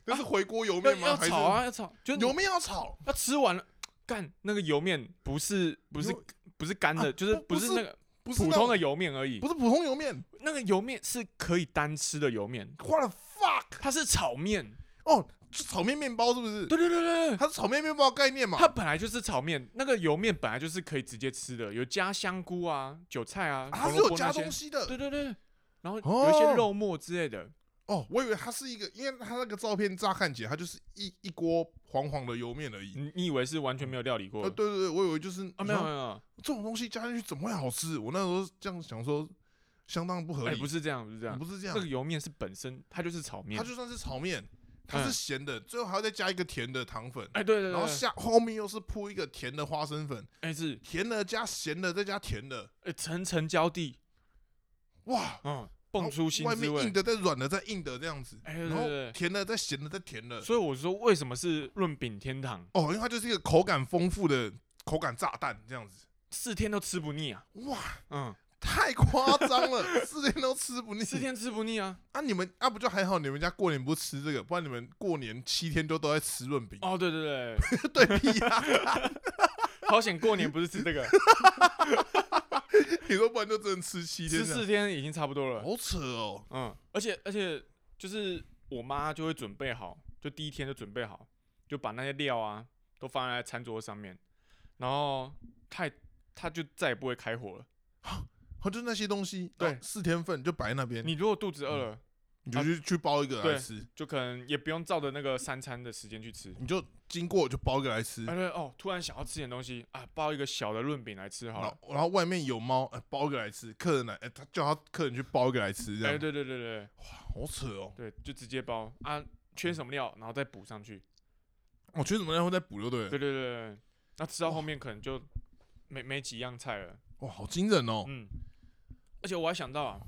那是回锅油要面吗？要还是炒啊，要炒，就油是面要炒，要吃完了。干那个油面不是不是油不是干的，啊就是不不不是是那个不是普那种通的，油面而已不。是普通油面。那个油面是可以单吃的油面， What the fuck！它是炒面。哦，是炒面面包是不是？对对对对对，它是炒面面包概念嘛？它本来就是炒面，那个油面本来就是可以直接吃的，有加香菇啊、韭菜啊、它红是萝有卜加那些东。西的对对对，然后有一些哦肉末之类的。哦，我以为它是一个，因为它那个照片乍看起来，它就是一一锅黄黄的油面而已。你你以为是完全没有料理过呃，对对对，我以为就是嗯啊？没有你没说有没有，这种东西加进去怎么会好吃？我那时候这样想说，相当不合哎，理。不是这样，不是这样不，是这那个样，油面是本身它就是炒面它。就算是炒面，它嗯是咸的，最后还要再加一个甜的糖粉，哎，对对对，然后对下后面又是铺一个甜的花生粉，哎是甜的加咸的再加甜的，哎层层交地，哇，嗯，然后蹦出新外滋面硬味。的再软的再硬的这样子，哎对然对后对甜的再咸的再甜的，所以我说为什么是润饼天堂，哦，因为它就是一个口感丰富的口感炸弹这样子，四天都吃不腻啊。哇，嗯，太夸张 <laughs> 了，四天都吃不腻，四天吃不腻啊。啊，你们啊不就还好，你们家过年不吃这个，不然你们过年七天都都在吃润饼，哦，对对对， <laughs> 对屁呀、好险过年不是吃这 <laughs> 个，啊你说不然就只能吃七天吃这样，四天已经差不多了。好扯哦，嗯，而且而且就是我妈就会准备好，就第一天就准备好，就把那些料啊都放在餐桌上面，然后她也她就再也不会开火了。哦，就那些东西，对哦四天份就摆在那边，你如果肚子饿嗯了，你就去、去包一个来对吃，就可能也不用照着那个三餐的时间去吃。你就经过就包一个来吃，哎对哦，突然想要吃点东西啊，包一个小的润饼来吃好然了后。然后外面有猫，哎、包一个来吃，客人来，哎、他叫他客人去包一个来吃，这样、哎，对对对对好扯哦。对，就直接包啊，缺什么料然后再补上去。我觉得怎么样会再补就对了，对对对对，那吃到哇后面可能就没没几样菜了。哇，好惊人哦。嗯，而且我还想到啊，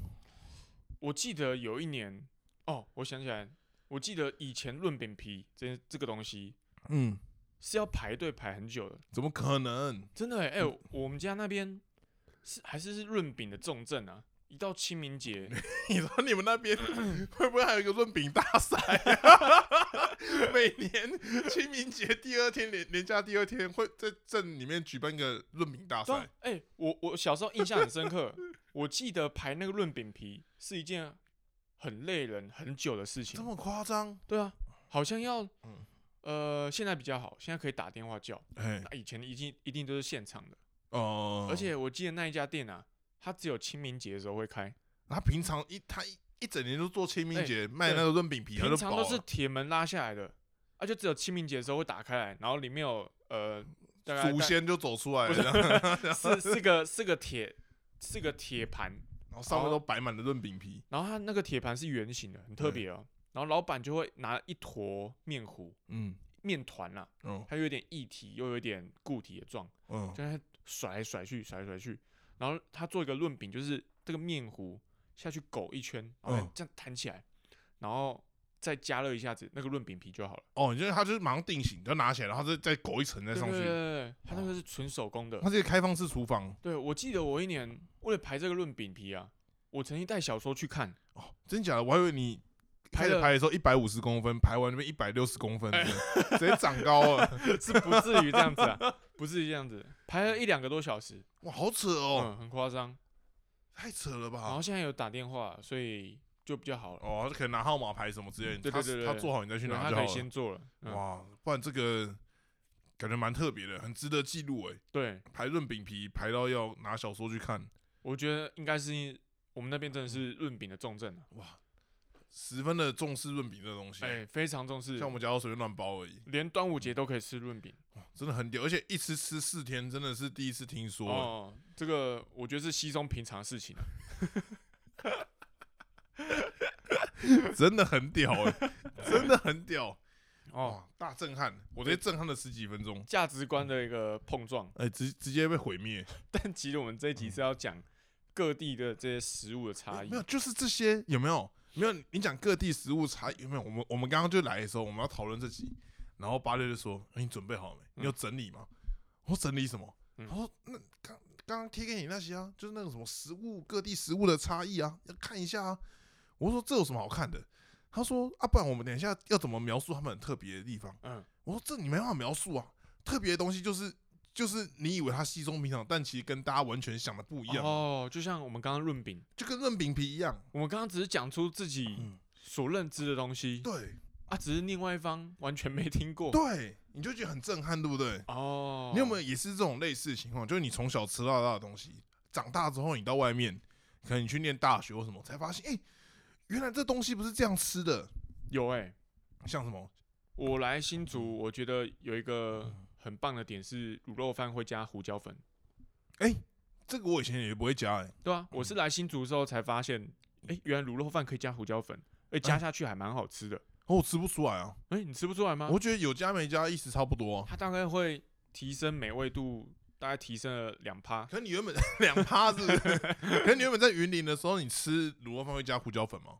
我记得有一年，哦，我想起来，我记得以前润饼皮这这个东西嗯，是要排队排很久的，怎么可 <laughs> 能？真的哎、嗯欸我们家那边是还是是润饼的重镇啊，一到清明 <laughs> 节，你说你们那 <laughs> 边会不会还有一个润饼大赛、每年清明节第二天连连假第二天会在镇里面举办一个润饼大对赛啊，，哎、我我小时候印象很深刻， <laughs> 我记得排那个润饼皮是一件很累人很久的事这情，么夸张？对啊，好像要嗯。呃，现在比较好，现在可以打电话叫。哎、那以前一定一定都是现场的，哦、而且我记得那一家店啊，它只有清明节的时候会开，他平常一他一一整年都做清明哎节、卖那个润饼皮，他平就常饱都了是铁门拉下来的，啊，就只有清明节的时候会打开来，然后里面有呃大概祖大先就啊走出来了不是这样，四四个四个铁四个铁盘，然后上面都摆满了润饼皮。然后它那个铁盘是圆形的，很特对别哦。然后老板就会拿一坨面糊嗯，面团啦、哦，它有点液体又有点固体的状，嗯，就在甩来甩去甩来甩去，然后他做一个润饼，就是这个面糊下去勾一圈，然后嗯这样弹起来，然后再加热一下子，那个润饼皮就好了。哦，你觉得它就是马上定型，就拿起来，然后再再裹一层再对上对对去。对，它那个是纯手工的它。是一个开放式厨房对，我记得我一年为了排这个润饼皮啊，我曾经带小说去 <laughs> 看，哦，真假的？我还以为你开排始了哎排的时候一百五十公分，排完那边一百六十公分，直接长高 <laughs> 了。是不至于这样子啊，不至于这样子，排了一两个多小时，哇，好扯哦，嗯，很夸张。太扯了然吧后？现在有打电话，所以就比较好了，哦，可能拿号码牌什么之类的，对他对对对他做好你再去对拿他就可好以了。先做了。嗯，哇，不然这个感觉蛮特别的，很值得记录哎。对，排润饼皮排到要拿小说去看，我觉得应该是我们那边真的是润饼的重镇嗯啊，十分的重视润饼这个东西。哎、非常重视像，我们家都随便乱包而已。连端午节都可以吃润饼，真的很屌，而且一吃吃四天，真的是第一次听说。哎哦，这个我觉得是稀松平常的事情啊。真的很屌、欸，真的很屌哦，哦，大震撼！我直接震撼了十几分钟，价值观的一个碰撞。哎、直直接被毁灭。但其实我们这一集是要讲各地的这些食物的差异嗯没。有，就是这些有没有？没有，你讲各地食物差异有没有？我们我们刚刚就来的时候，我们要讨论这集，然后八六就说：“哎你准备好了没？你有整理吗？”我说：“整理什么？”嗯我说：“那刚刚刚贴给你那些啊，就是那种什么食物各地食物的差异啊，要看一下啊。”我说：“这有什么好看的？”他说：“啊，不然我们等一下要怎么描述他们很特别的地方？”嗯，我说：“这你没办法描述啊，特别的东西就是就是你以为它稀松平常，但其实跟大家完全想的不一样，哦，就像我们刚刚论饼，就跟润饼皮一样。我们刚刚只是讲出自己嗯所认知的东”西对，啊，只是另外一方完全没听过。对，你就觉得很震撼，对不对？哦，你有没有也是这种类似的情况？就是你从小吃到大的东西，长大之后你到外面，可能你去念大学或什么，才发现，哎、原来这东西不是这样吃的。有哎、像什么？我来新嗯竹，我觉得有一个很棒的点是卤肉饭会加胡椒粉，哎、这个我以前也不会加、哎，对啊，我是来新竹之后才发现，哎、原来卤肉饭可以加胡椒粉，哎、嗯加下去还蛮好吃的。哦，我吃不出来啊。哎、你吃不出来吗？我觉得有加没加意思差不多、啊。它大概会提升美味度，大概提升了两趴。可你原本 <laughs> 两趴是不是？可你原本在云林的时候，你吃卤肉饭会加胡椒粉吗？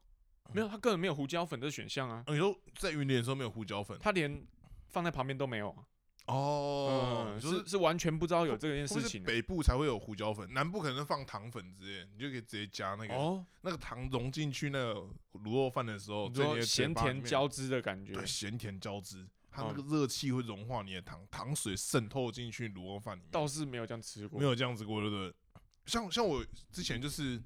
没有，它根本没有胡椒粉的选项啊，哦你说在云林的时候没有胡椒粉？它连放在旁边都没有啊。哦，嗯，你说是是完全不知道有这件或事是情的北部才会有胡椒粉，南部可能放糖粉之类，你就可以直接加那个、哦，那个糖融进去那个卤肉饭的时候，哦你在你说的嘴咸巴里甜面交织的感觉对，咸甜交织，它那嗯个热气会融化你的糖，糖水渗透进去卤肉饭里面，倒是没有这样吃过没。有这样子过，对不对？像像我之前就是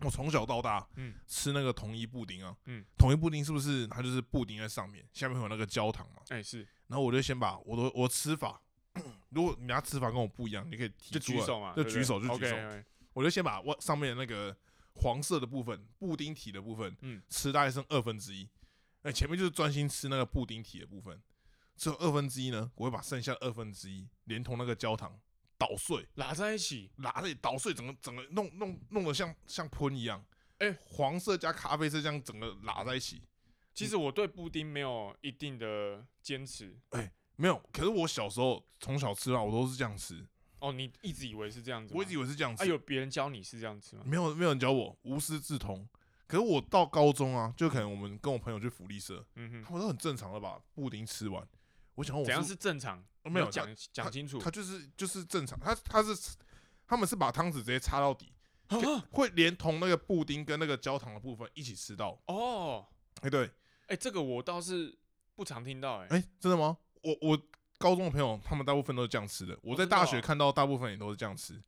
我从小到大，嗯吃那个统一布丁啊，嗯，统一布丁是不是它就是布丁在上面，下面会有那个焦糖嘛？哎、是然后我就先把我的我的吃法，如果你家吃法跟我不一样，你可以提就出举来手嘛，就对不举对手就举 OK，哎手。 OK，我就先把外上面的那个黄色的部分，布丁体的部分，嗯吃大概剩二分之一。那前面就是专心吃那个布丁体的部分，只有二分之一呢，我会把剩下二分之一连同那个焦糖捣碎，拉在一起，拿着捣碎，整个整个弄弄弄得像像喷一样。哎黄色加咖啡色这样整个拉在一起，其嗯实我对布丁没有一定的坚持。没有。可是我小时候从小吃到我都是这样吃，哦，你一直以为是这样子吗？我一直以为是这样吃。啊，有别人教你是这样吃吗？没有没有人教我，无师自通。可是我到高中啊，就可能我们跟我朋友去福利社，嗯哼，我都很正常的把布丁吃完。我想我怎样是正常？哦没有你要讲讲清楚他就是就是正常，他他是他们是把汤匙直接插到底，啊会连同那个布丁跟那个焦糖的部分一起吃到。哦。哎、对，哎、这个我倒是不常听到、欸，哎、哎、真的吗？我我高中的朋友他们大部分都是这样吃的，我在大真的学哦看到大部分也都是这样吃。然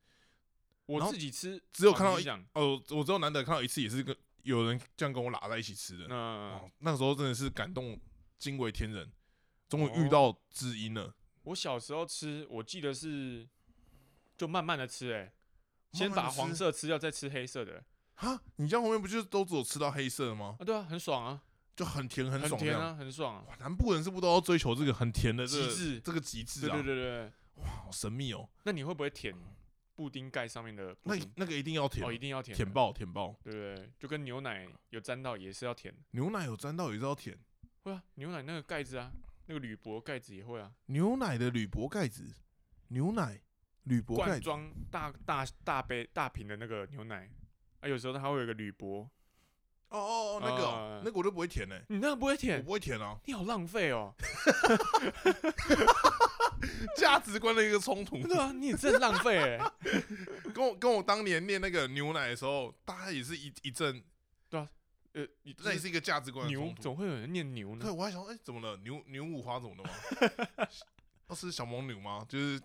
我后自己吃只有看到一讲，哦，我只有难得看到一次也是跟有人这样跟我拉在一起吃嗯的。那、哦，那个时候真的是感动惊为天人，终于哦遇到知音了。我小时候吃，我记得是就慢慢的吃、欸，哎，先慢慢把吃黄色吃掉，再吃黑色的、欸哈，你这样后面不就是都只有吃到黑色的吗？啊，对啊，很爽啊，就很甜很爽这甜样。啊，很爽啊，哇南部人是不是都要追求这个很甜的这极个致，这个极致对啊？对对对。好神秘哦。那你会不会舔布丁盖上面的布那丁？那个一定要甜，哦，一定要舔，甜，爆甜爆。对不对？就跟牛奶有沾到也是要舔，牛奶有沾到也是要甜，会啊，牛奶那个盖子啊，那个铝箔盖子也会啊，牛奶的铝箔盖子，牛奶铝箔盖罐子，装大大大杯大瓶的那个牛奶，啊，有时候它会有一个铝箔，哦哦哦，那个呃哦那个我就不会甜嘞，你那个不会我舔，不会甜啊， <laughs> 你好浪费哦。价值观的一个冲突。 <laughs> 对啊，你也真的浪费哎、跟我跟我当年念那个牛奶的时候，大家也是一一阵，呃，你就那也是一个价值观的牛冲，突。总会有人念牛对，呢。我还想，哎、怎么了？牛牛五花怎么了吗？ <laughs> 那是小蒙牛吗？就是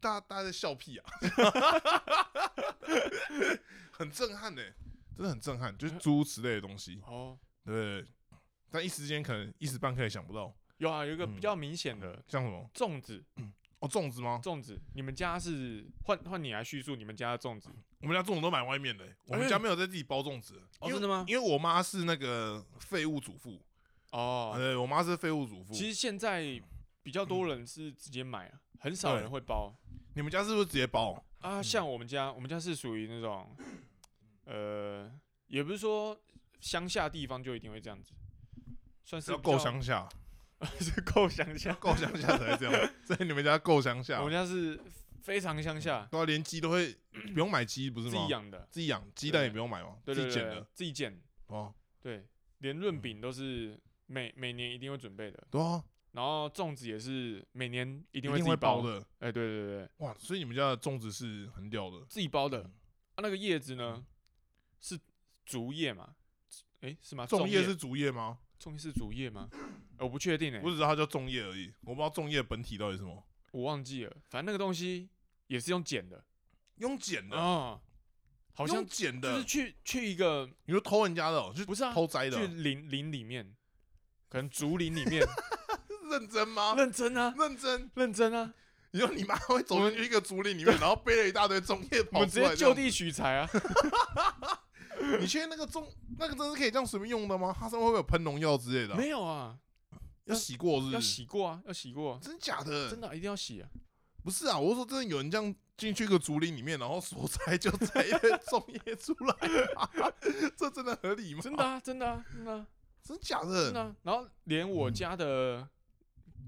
大家大家在笑屁啊， <laughs> 很震撼呢、欸真的很震撼，就是诸如此类的东西，哦，对。但一时间可能一时半刻也想不到，有啊，有一个比嗯较明显的像什么粽子，哦粽子吗？粽子，你们家是换换你来叙述你们家的粽子我们家粽子都买外面的欸、我们哎家没有在自己包粽子，因哦，真为的吗？因为我妈是那个废物主妇，哦，啊对，我妈是废物主妇，其实现在比较多人是直接买啊，很少对人会包你们家是不是直接包？啊。像我们家，我们家是属于那种，呃，也不是说乡下地方就一定会这样子，算只是要比够较，乡下，是够 <laughs> 乡下。够乡下才这样。所以你们家够乡 <laughs> 下我，们家是非常乡下，对啊，连鸡都会 <clears throat> 不用买鸡，不是自吗？己养的，自己养鸡蛋也不用买吗？对自对己对，捡对的，自己捡，哦，对，连润饼都是每每年一定会准备的，对啊，然后粽子也是每年一一定会自己会包包，的。哎，对对对对，哇，所以你们家的粽子是很屌的，自己包的。嗯啊，那个叶子呢是竹叶嘛？哎、是吗？粽叶叶是嗯竹叶吗？粽叶是竹叶吗？呃我不确定哎、我只知道它叫粽叶而已，我不知道粽叶本体到底是什么。我忘记了。反正那个东西也是用剪的用捡的，啊，好像用捡就是的，去去一个你说偷人家的哦，就不是啊，偷摘的去，林林里面，可能竹林 <laughs> 里面，认真 <laughs> 吗？认真啊，认真，认真啊，你说你妈会走我们啊进去一个竹林里面，然后背了一大堆粽叶我跑们直出来接这样就子，地取材啊。你确定那个粽那个真是可以这样随便用的吗？它上面会不会有喷农药之类的啊？没有啊，要洗过是不要是？洗过啊，要洗过，真假的？真的啊、一定要洗啊。不是啊，我是说真的有人这样进去一个竹林里面，然后所摘 <laughs> 就摘一堆粽叶出来、啊 <laughs> 这真的合理吗？真的啊，真的啊，真的啊、真假真的的？嗯啊、然后连我家的，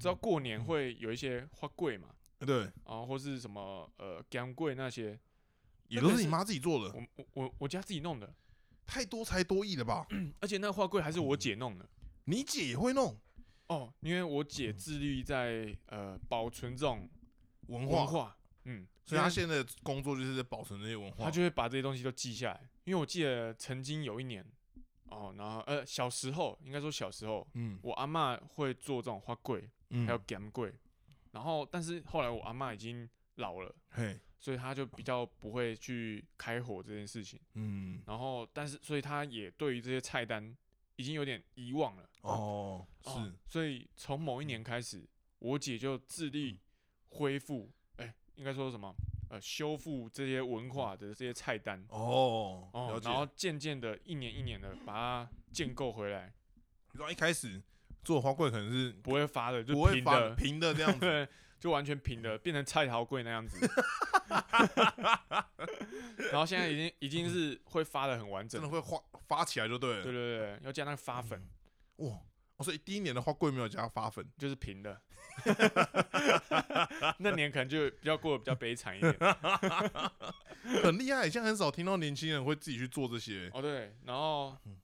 知道过年会有一些花柜嘛，对，然啊后或是什么呃干柜那些，也都是你妈自己做的，我我我我家自己弄的，太多才多艺了吧？而且那个花柜还是我姐弄的你姐也会弄哦，因为我姐嗯致力在呃保存这种文化，文化，嗯，所以她她现在的工作就是在保存这些文化。她就会把这些东西都记下来，因为我记得曾经有一年哦，然后呃小时候应该说小时候，嗯我阿嬷会做这种花柜嗯，还有干柜，然后但是后来我阿嬷已经老了。嘿，所以他就比较不会去开火这件事情。嗯然后，但是，所以他也对于这些菜单已经有点遗忘了。哦，是哦所以从某一年开始，我姐就致嗯力恢复，哎、应该说什么？呃，修复这些文化的这些菜单。嗯哦，哦了，解然。后渐渐的，一年一年的把它建构回来，你说一开始做花柜可能是不会发的，就不会平发的，平的这样子， <laughs> 对，就完全平的，变成菜桃柜那 <laughs> 样子。然后现在已经已经是会发的很完整真的，会发发起来就对了。对对对，要加那个发粉，哇，哦，所以第一年的花柜没有加发粉， <laughs> 就是平的。 <laughs> 那年可能就比较过得比较悲惨一点。很厉害。现在很少听到年轻人会自己去做这些。哦，对，然后嗯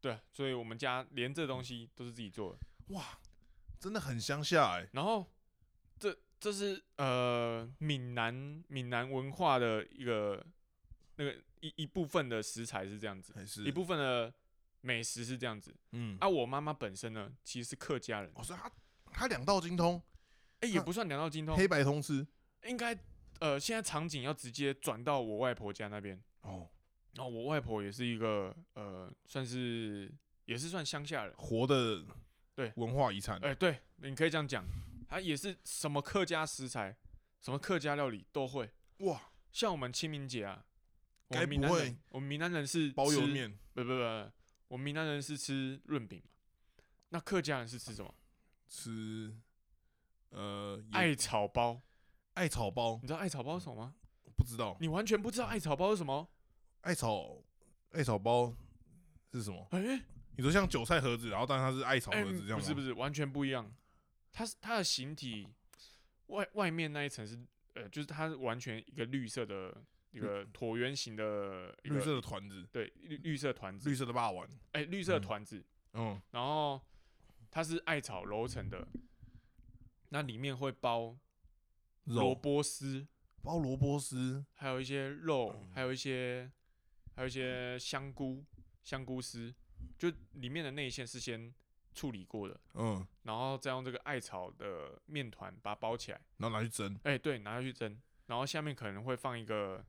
对，所以我们家连这东西都是自己做的。哇，真的很乡下哎、然后这这是呃闽南闽南文化的一个那个一一部分的食材是这样子，还是一部分的美食是这样子。嗯啊，我妈妈本身呢其实是客家人，哦，所以他他两道精通，哎、也不算两道精通，黑白通吃应该呃现在场景要直接转到我外婆家那边。哦，然后我外婆也是一个呃，算是也是算乡下人，活的对文化遗产哎、对，你可以这样讲，她也是什么客家食材、什么客家料理都会。哇，像我们清明节啊，我该们不闽南会人，我们闽南人是包邮吃，面不不不，我们闽南人是吃润饼嘛，那客家人是吃什么？吃呃也艾草包，艾草包你知道艾草包是什么吗？不知道你完全不知道艾草包是什么？艾草艾草包是什么？哎、你说像韭菜盒子，然后但它是艾草哎，盒子这样吗？不是不是，完全不一样。它是它的形体外外面那一层是呃，就是它完全一个绿色的一个椭圆形的一个绿色的团子，对绿绿色团子，绿色的霸丸，哎、绿色嗯团子，嗯然后它是艾草揉成的，那里面会包萝肉卜丝，包萝卜丝，还有一些肉，嗯还有一些还有一些香菇香菇丝，就里面的内馅是先处理过的。嗯，然后再用这个艾草的面团把它包起来，然后拿去蒸。哎、对，拿下去蒸，然后下面可能会放一个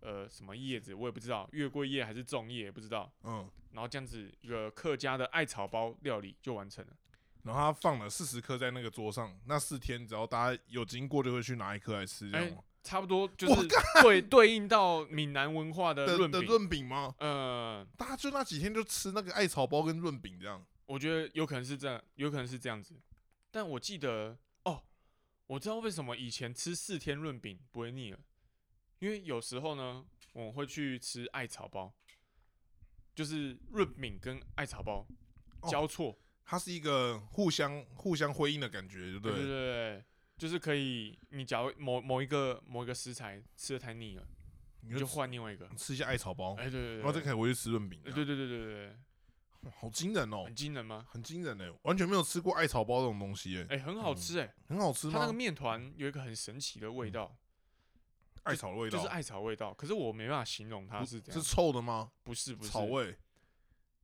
呃什么叶子，我也不知道，月桂叶还是粽叶，也不知道。嗯，然后这样子一个客家的艾草包料理就完成了。然后他放了四十颗在那个桌上，那四天只要大家有经过就会去拿一颗来吃，哎这样吗？差不多就我是对对应到闽南文化的的呃润的饼，润饼吗？呃，大家就那几天就吃那个艾草包跟润饼这样，我觉得有可能是这样，有可能是这样子，但我记得哦，我知道为什么以前吃四天润饼不会腻了，因为有时候呢，我会去吃艾草包，就是润饼跟艾草包哦交错，它是一个互相互相辉映的感觉，对不对对对？对，就是可以，你假如某某一个某一个食材吃的太腻了，你你就换另外一个，吃一下艾草包，哎、对对对，然后再开始回去吃润饼，对对对对对对，哇好惊人哦很，惊人吗？很惊人哎，完全没有吃过艾草包这种东西哎，哎、很好吃哎、很好吃它那个吗？嗯面团有一个很神奇的味道，艾草的味就是道艾草味道，可是我没办法形容它不是怎是样，臭的吗？不是不是草，味，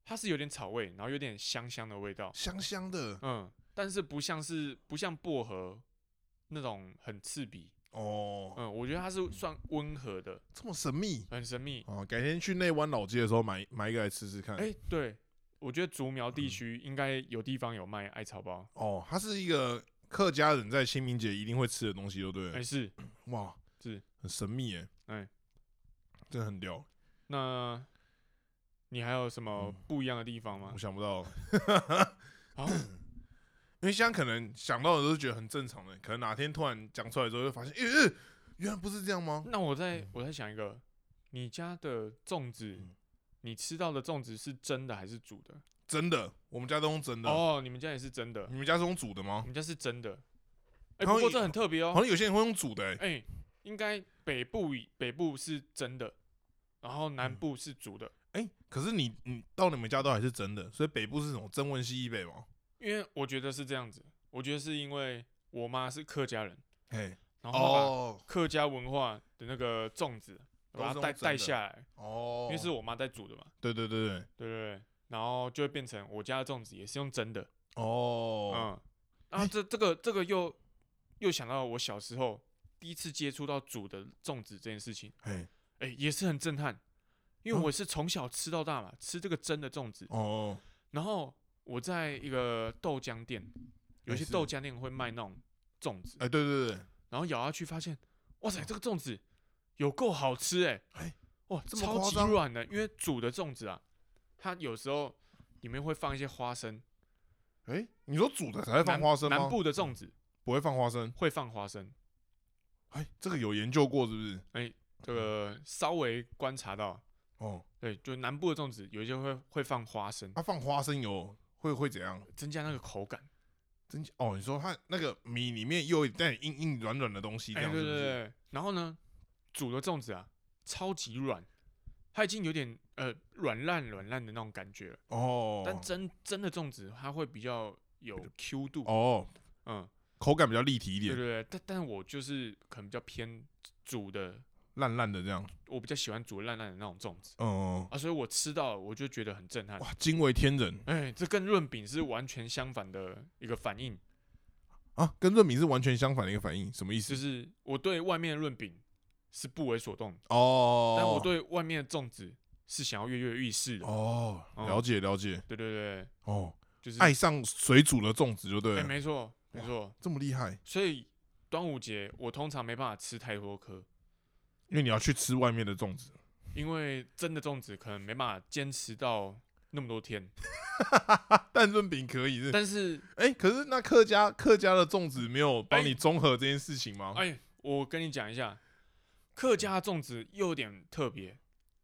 它是有点草味，然后有点香香的味道，香香的嗯，但是不像是不像薄荷那种很刺鼻，哦，嗯，我觉得它是算温和的，这么神秘很神秘。哦。改天去内湾老街的时候买买一个来吃吃看哎、对，我觉得竹苗嗯地区应该有地方有卖艾草包，哦。它是一个客家人在清明节一定会吃的东西，对不哎、对？是哇，是很神秘哎，哎，真的很屌，那。你还有什么嗯不一样的地方吗我？想不到。 <clears throat> 好，因为现在可能想到的都是觉得很正常的，可能哪天突然讲出来之后，就发现，诶、诶原来不是这样吗？那我再我再想一个，你家的粽子嗯，你吃到的粽子是蒸的还是煮的？真的，我们家都用真的。嗯哦，你们家也是蒸的，你们家是用煮的吗你？们家是蒸的。哎，好像不过也这很特别好哦。像有些人会用煮的、诶哎，应该北部以北部是蒸的，然后南嗯部是煮的。哎、可是你你到你们家都还是真的，所以北部是什么曾文溪以北吗？因为我觉得是这样子，我觉得是因为我妈是客家人，哎、然后她把哦客家文化的那个粽子都是把它用带蒸带的下来，哦，因为是我妈在煮的嘛，对对对对，对对对，然后就会变成我家的粽子也是用蒸的。哦，嗯，啊，这这个这个又又想到我小时候第一次接触到煮的粽子这件事情，哎、哎、也是很震撼，因为嗯我是从小吃到大嘛，吃这个蒸的粽子，哦，然后我在一个豆浆店，有一哎些是豆浆店会卖那种粽子哎、，对对对，然后咬下去发现，哇塞，这个粽子有够好吃哎、哎哇，这么超夸级张软的，因为煮的粽子啊，它有时候里面会放一些花生，哎、你说煮的才会放南花生南吗？部的粽子不会放花生，会放花生。哎、这个有研究过是不是？这个稍微观察到，哦，对，就南部的粽子有一些会会放花生，它、放花生有会会怎样？增加那个口感。真假哦，你说它那个米里面又有一点硬硬软软的东西，这哎、样对是不对是？对。然后呢，煮的粽子啊，超级软，它已经有点呃软烂软烂的那种感觉了。但哦真真的粽子，它会比较有 Q 度，哦，嗯，口感比较立体一对对点，对。但但我就是可能比较偏煮的，烂烂的这样。我比较喜欢煮烂烂的那种粽子嗯，啊，所以我吃到了我就觉得很震撼。哇，惊为天人哎、这跟润饼是完全相反的一个反应。啊，跟润饼是完全相反的一个反应，什么意思？就是我对外面的润饼是不为所动，哦，但我对外面的粽子是想要跃跃欲试的。哦，了解了解对对对，哦，就是爱上水煮的粽子就对哎、了，没错没哇错。这么厉害，所以端午节我通常没办法吃太多颗，因为你要去吃外面的粽子，因为真的粽子可能没办法坚持到那么多天。但润饼可以是。但是哎，可是那客家客家的粽子没有帮你综合这件事情吗？哎、我跟你讲一下，客家粽子又有点特别。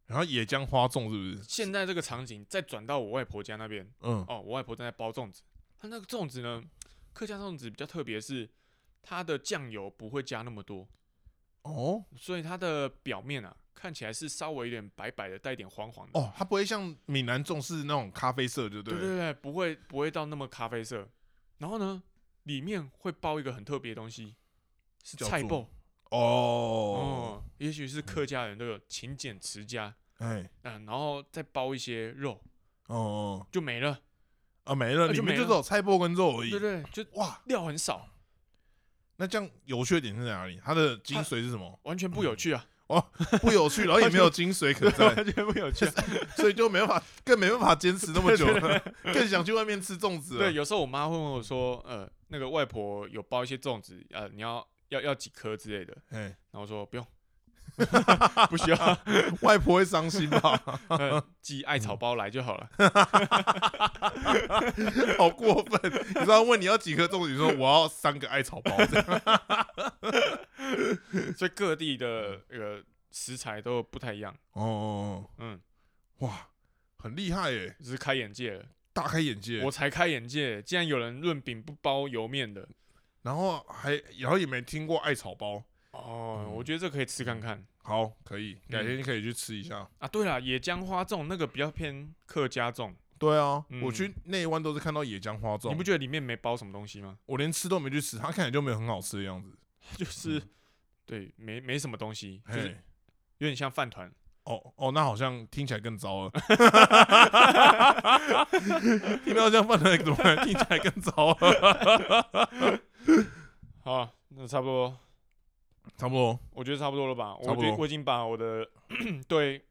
然后野姜花粽是不是？现在这个场景再转到我外婆家那边，嗯，哦，我外婆正在包粽子。她那个粽子呢，客家粽子比较特别，是它的酱油不会加那么多，哦，所以它的表面啊看起来是稍微有点白白的，带一点黄黄的。哦，它不会像闽南粽是那种咖啡色，对不对对？对对，不会不会到那么咖啡色。然后呢，里面会包一个很特别的东西，是叫菜做爆哦，哦，也许是客家人这个勤俭持家，哎，嗯，然后再包一些肉哦哦，就没了。啊没了，啊里就没面就了只有菜脯跟肉而已。对对，就哇，料很少，那这样有趣的点是在哪里？它的精髓是什 <laughs> 么？完全不有趣啊，不有趣，然后也没有精髓可在，完全不有趣啊。所以就没办法，更没办法坚持那么久了，更想去外面吃粽子了。 <laughs> 对，有时候我妈会问我说，呃，那个外婆有包一些粽子，呃，你要要要几颗之类的，哎，然后我说不用， <laughs> 不需要， <laughs> 外婆会伤心吧？呃寄艾嗯草包来就好了。 <laughs> 好过分！你知道问你要几颗粽子，你说我要三个艾草包，这样所以各地的呃食材都不太一样，哦，嗯，哇，很厉害耶，只是开眼界了。大开眼界我。才开眼界，竟然有人论饼不包油面的。然后还然后也没听过艾草包，哦，嗯我觉得这可以吃看看好，可以，改天可以去吃一下。啊。对了，野姜花粽那个比较偏客家粽，对啊，嗯我去内湾都是看到野姜花你不粽，觉得里面没包什么东西吗？ <laughs> 我连吃都没去吃，它看起来就没有很好吃的样子。就是对，没没什么东西，就是嘿，有点像饭团。哦哦，那好像听起来更糟了。<laughs> 听到这样饭团怎么感觉听起来更糟了？好啊，那差不多，差不多，我觉得差不多了吧？差我不觉多得我已经把我的 <clears throat> 对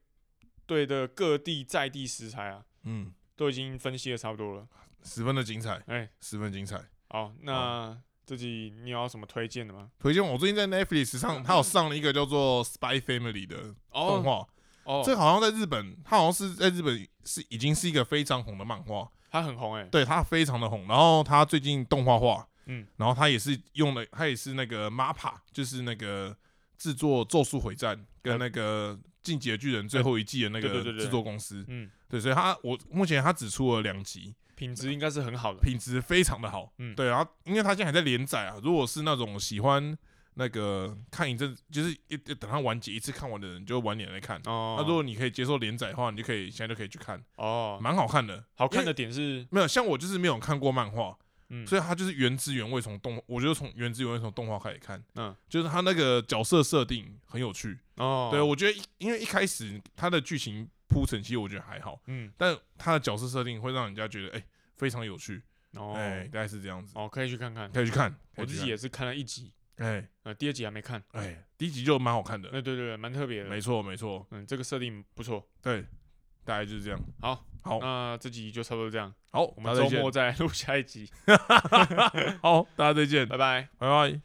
对的各地在地食材啊，嗯，都已经分析的差不多了。十分的精彩，哎、十分精彩。好，那这集你有什么推荐的吗？推荐我最近在 Netflix 嗯上，它有上了一个叫做《Spy Family》的动画，哦，这好像在日本，它好像是在日本是已经是一个非常红的漫画，它很红哎、对它非常的红。然后它最近动画化，嗯，然后它也是用了，它也是那个 MAPPA，就是那个制作《咒术回战》跟那个《进击的巨人》最后一季的那对哎对个对对制作公司。嗯，对，所以它我目前它只出了两集，品质应该是很好的。品质非常的好。嗯对，然后因为它现在还在连载啊，如果是那种喜欢那个看一阵子，就是一一等它完结一次看完的人，就晚点来看。哦，那如果你可以接受连载的话，你就可以现在就可以去看，哦，蛮好看的。好看的点是，没有像我就是没有看过漫画，嗯，所以它就是原汁原味从动，我觉得从原汁原味从动画开始看，嗯，就是它那个角色设定很有趣。哦，对，我觉得一因为一开始它的剧情铺陈，其实我觉得还好，嗯，但它的角色设定会让人家觉得哎、非常有趣，哎、哦，大概是这样子，哦，可以去看看。可以去看。我自己也是看了一集，可以去看哎呃，第二集还没看。哎、第一集就蛮好看的，那对对对，蛮特别的没。错没错，嗯，这个设定不错。对，大概就是这样。好，好那这集就差哦不多这样，好，我大家们再周见末再录下一集，好，大家再见，拜拜。拜拜。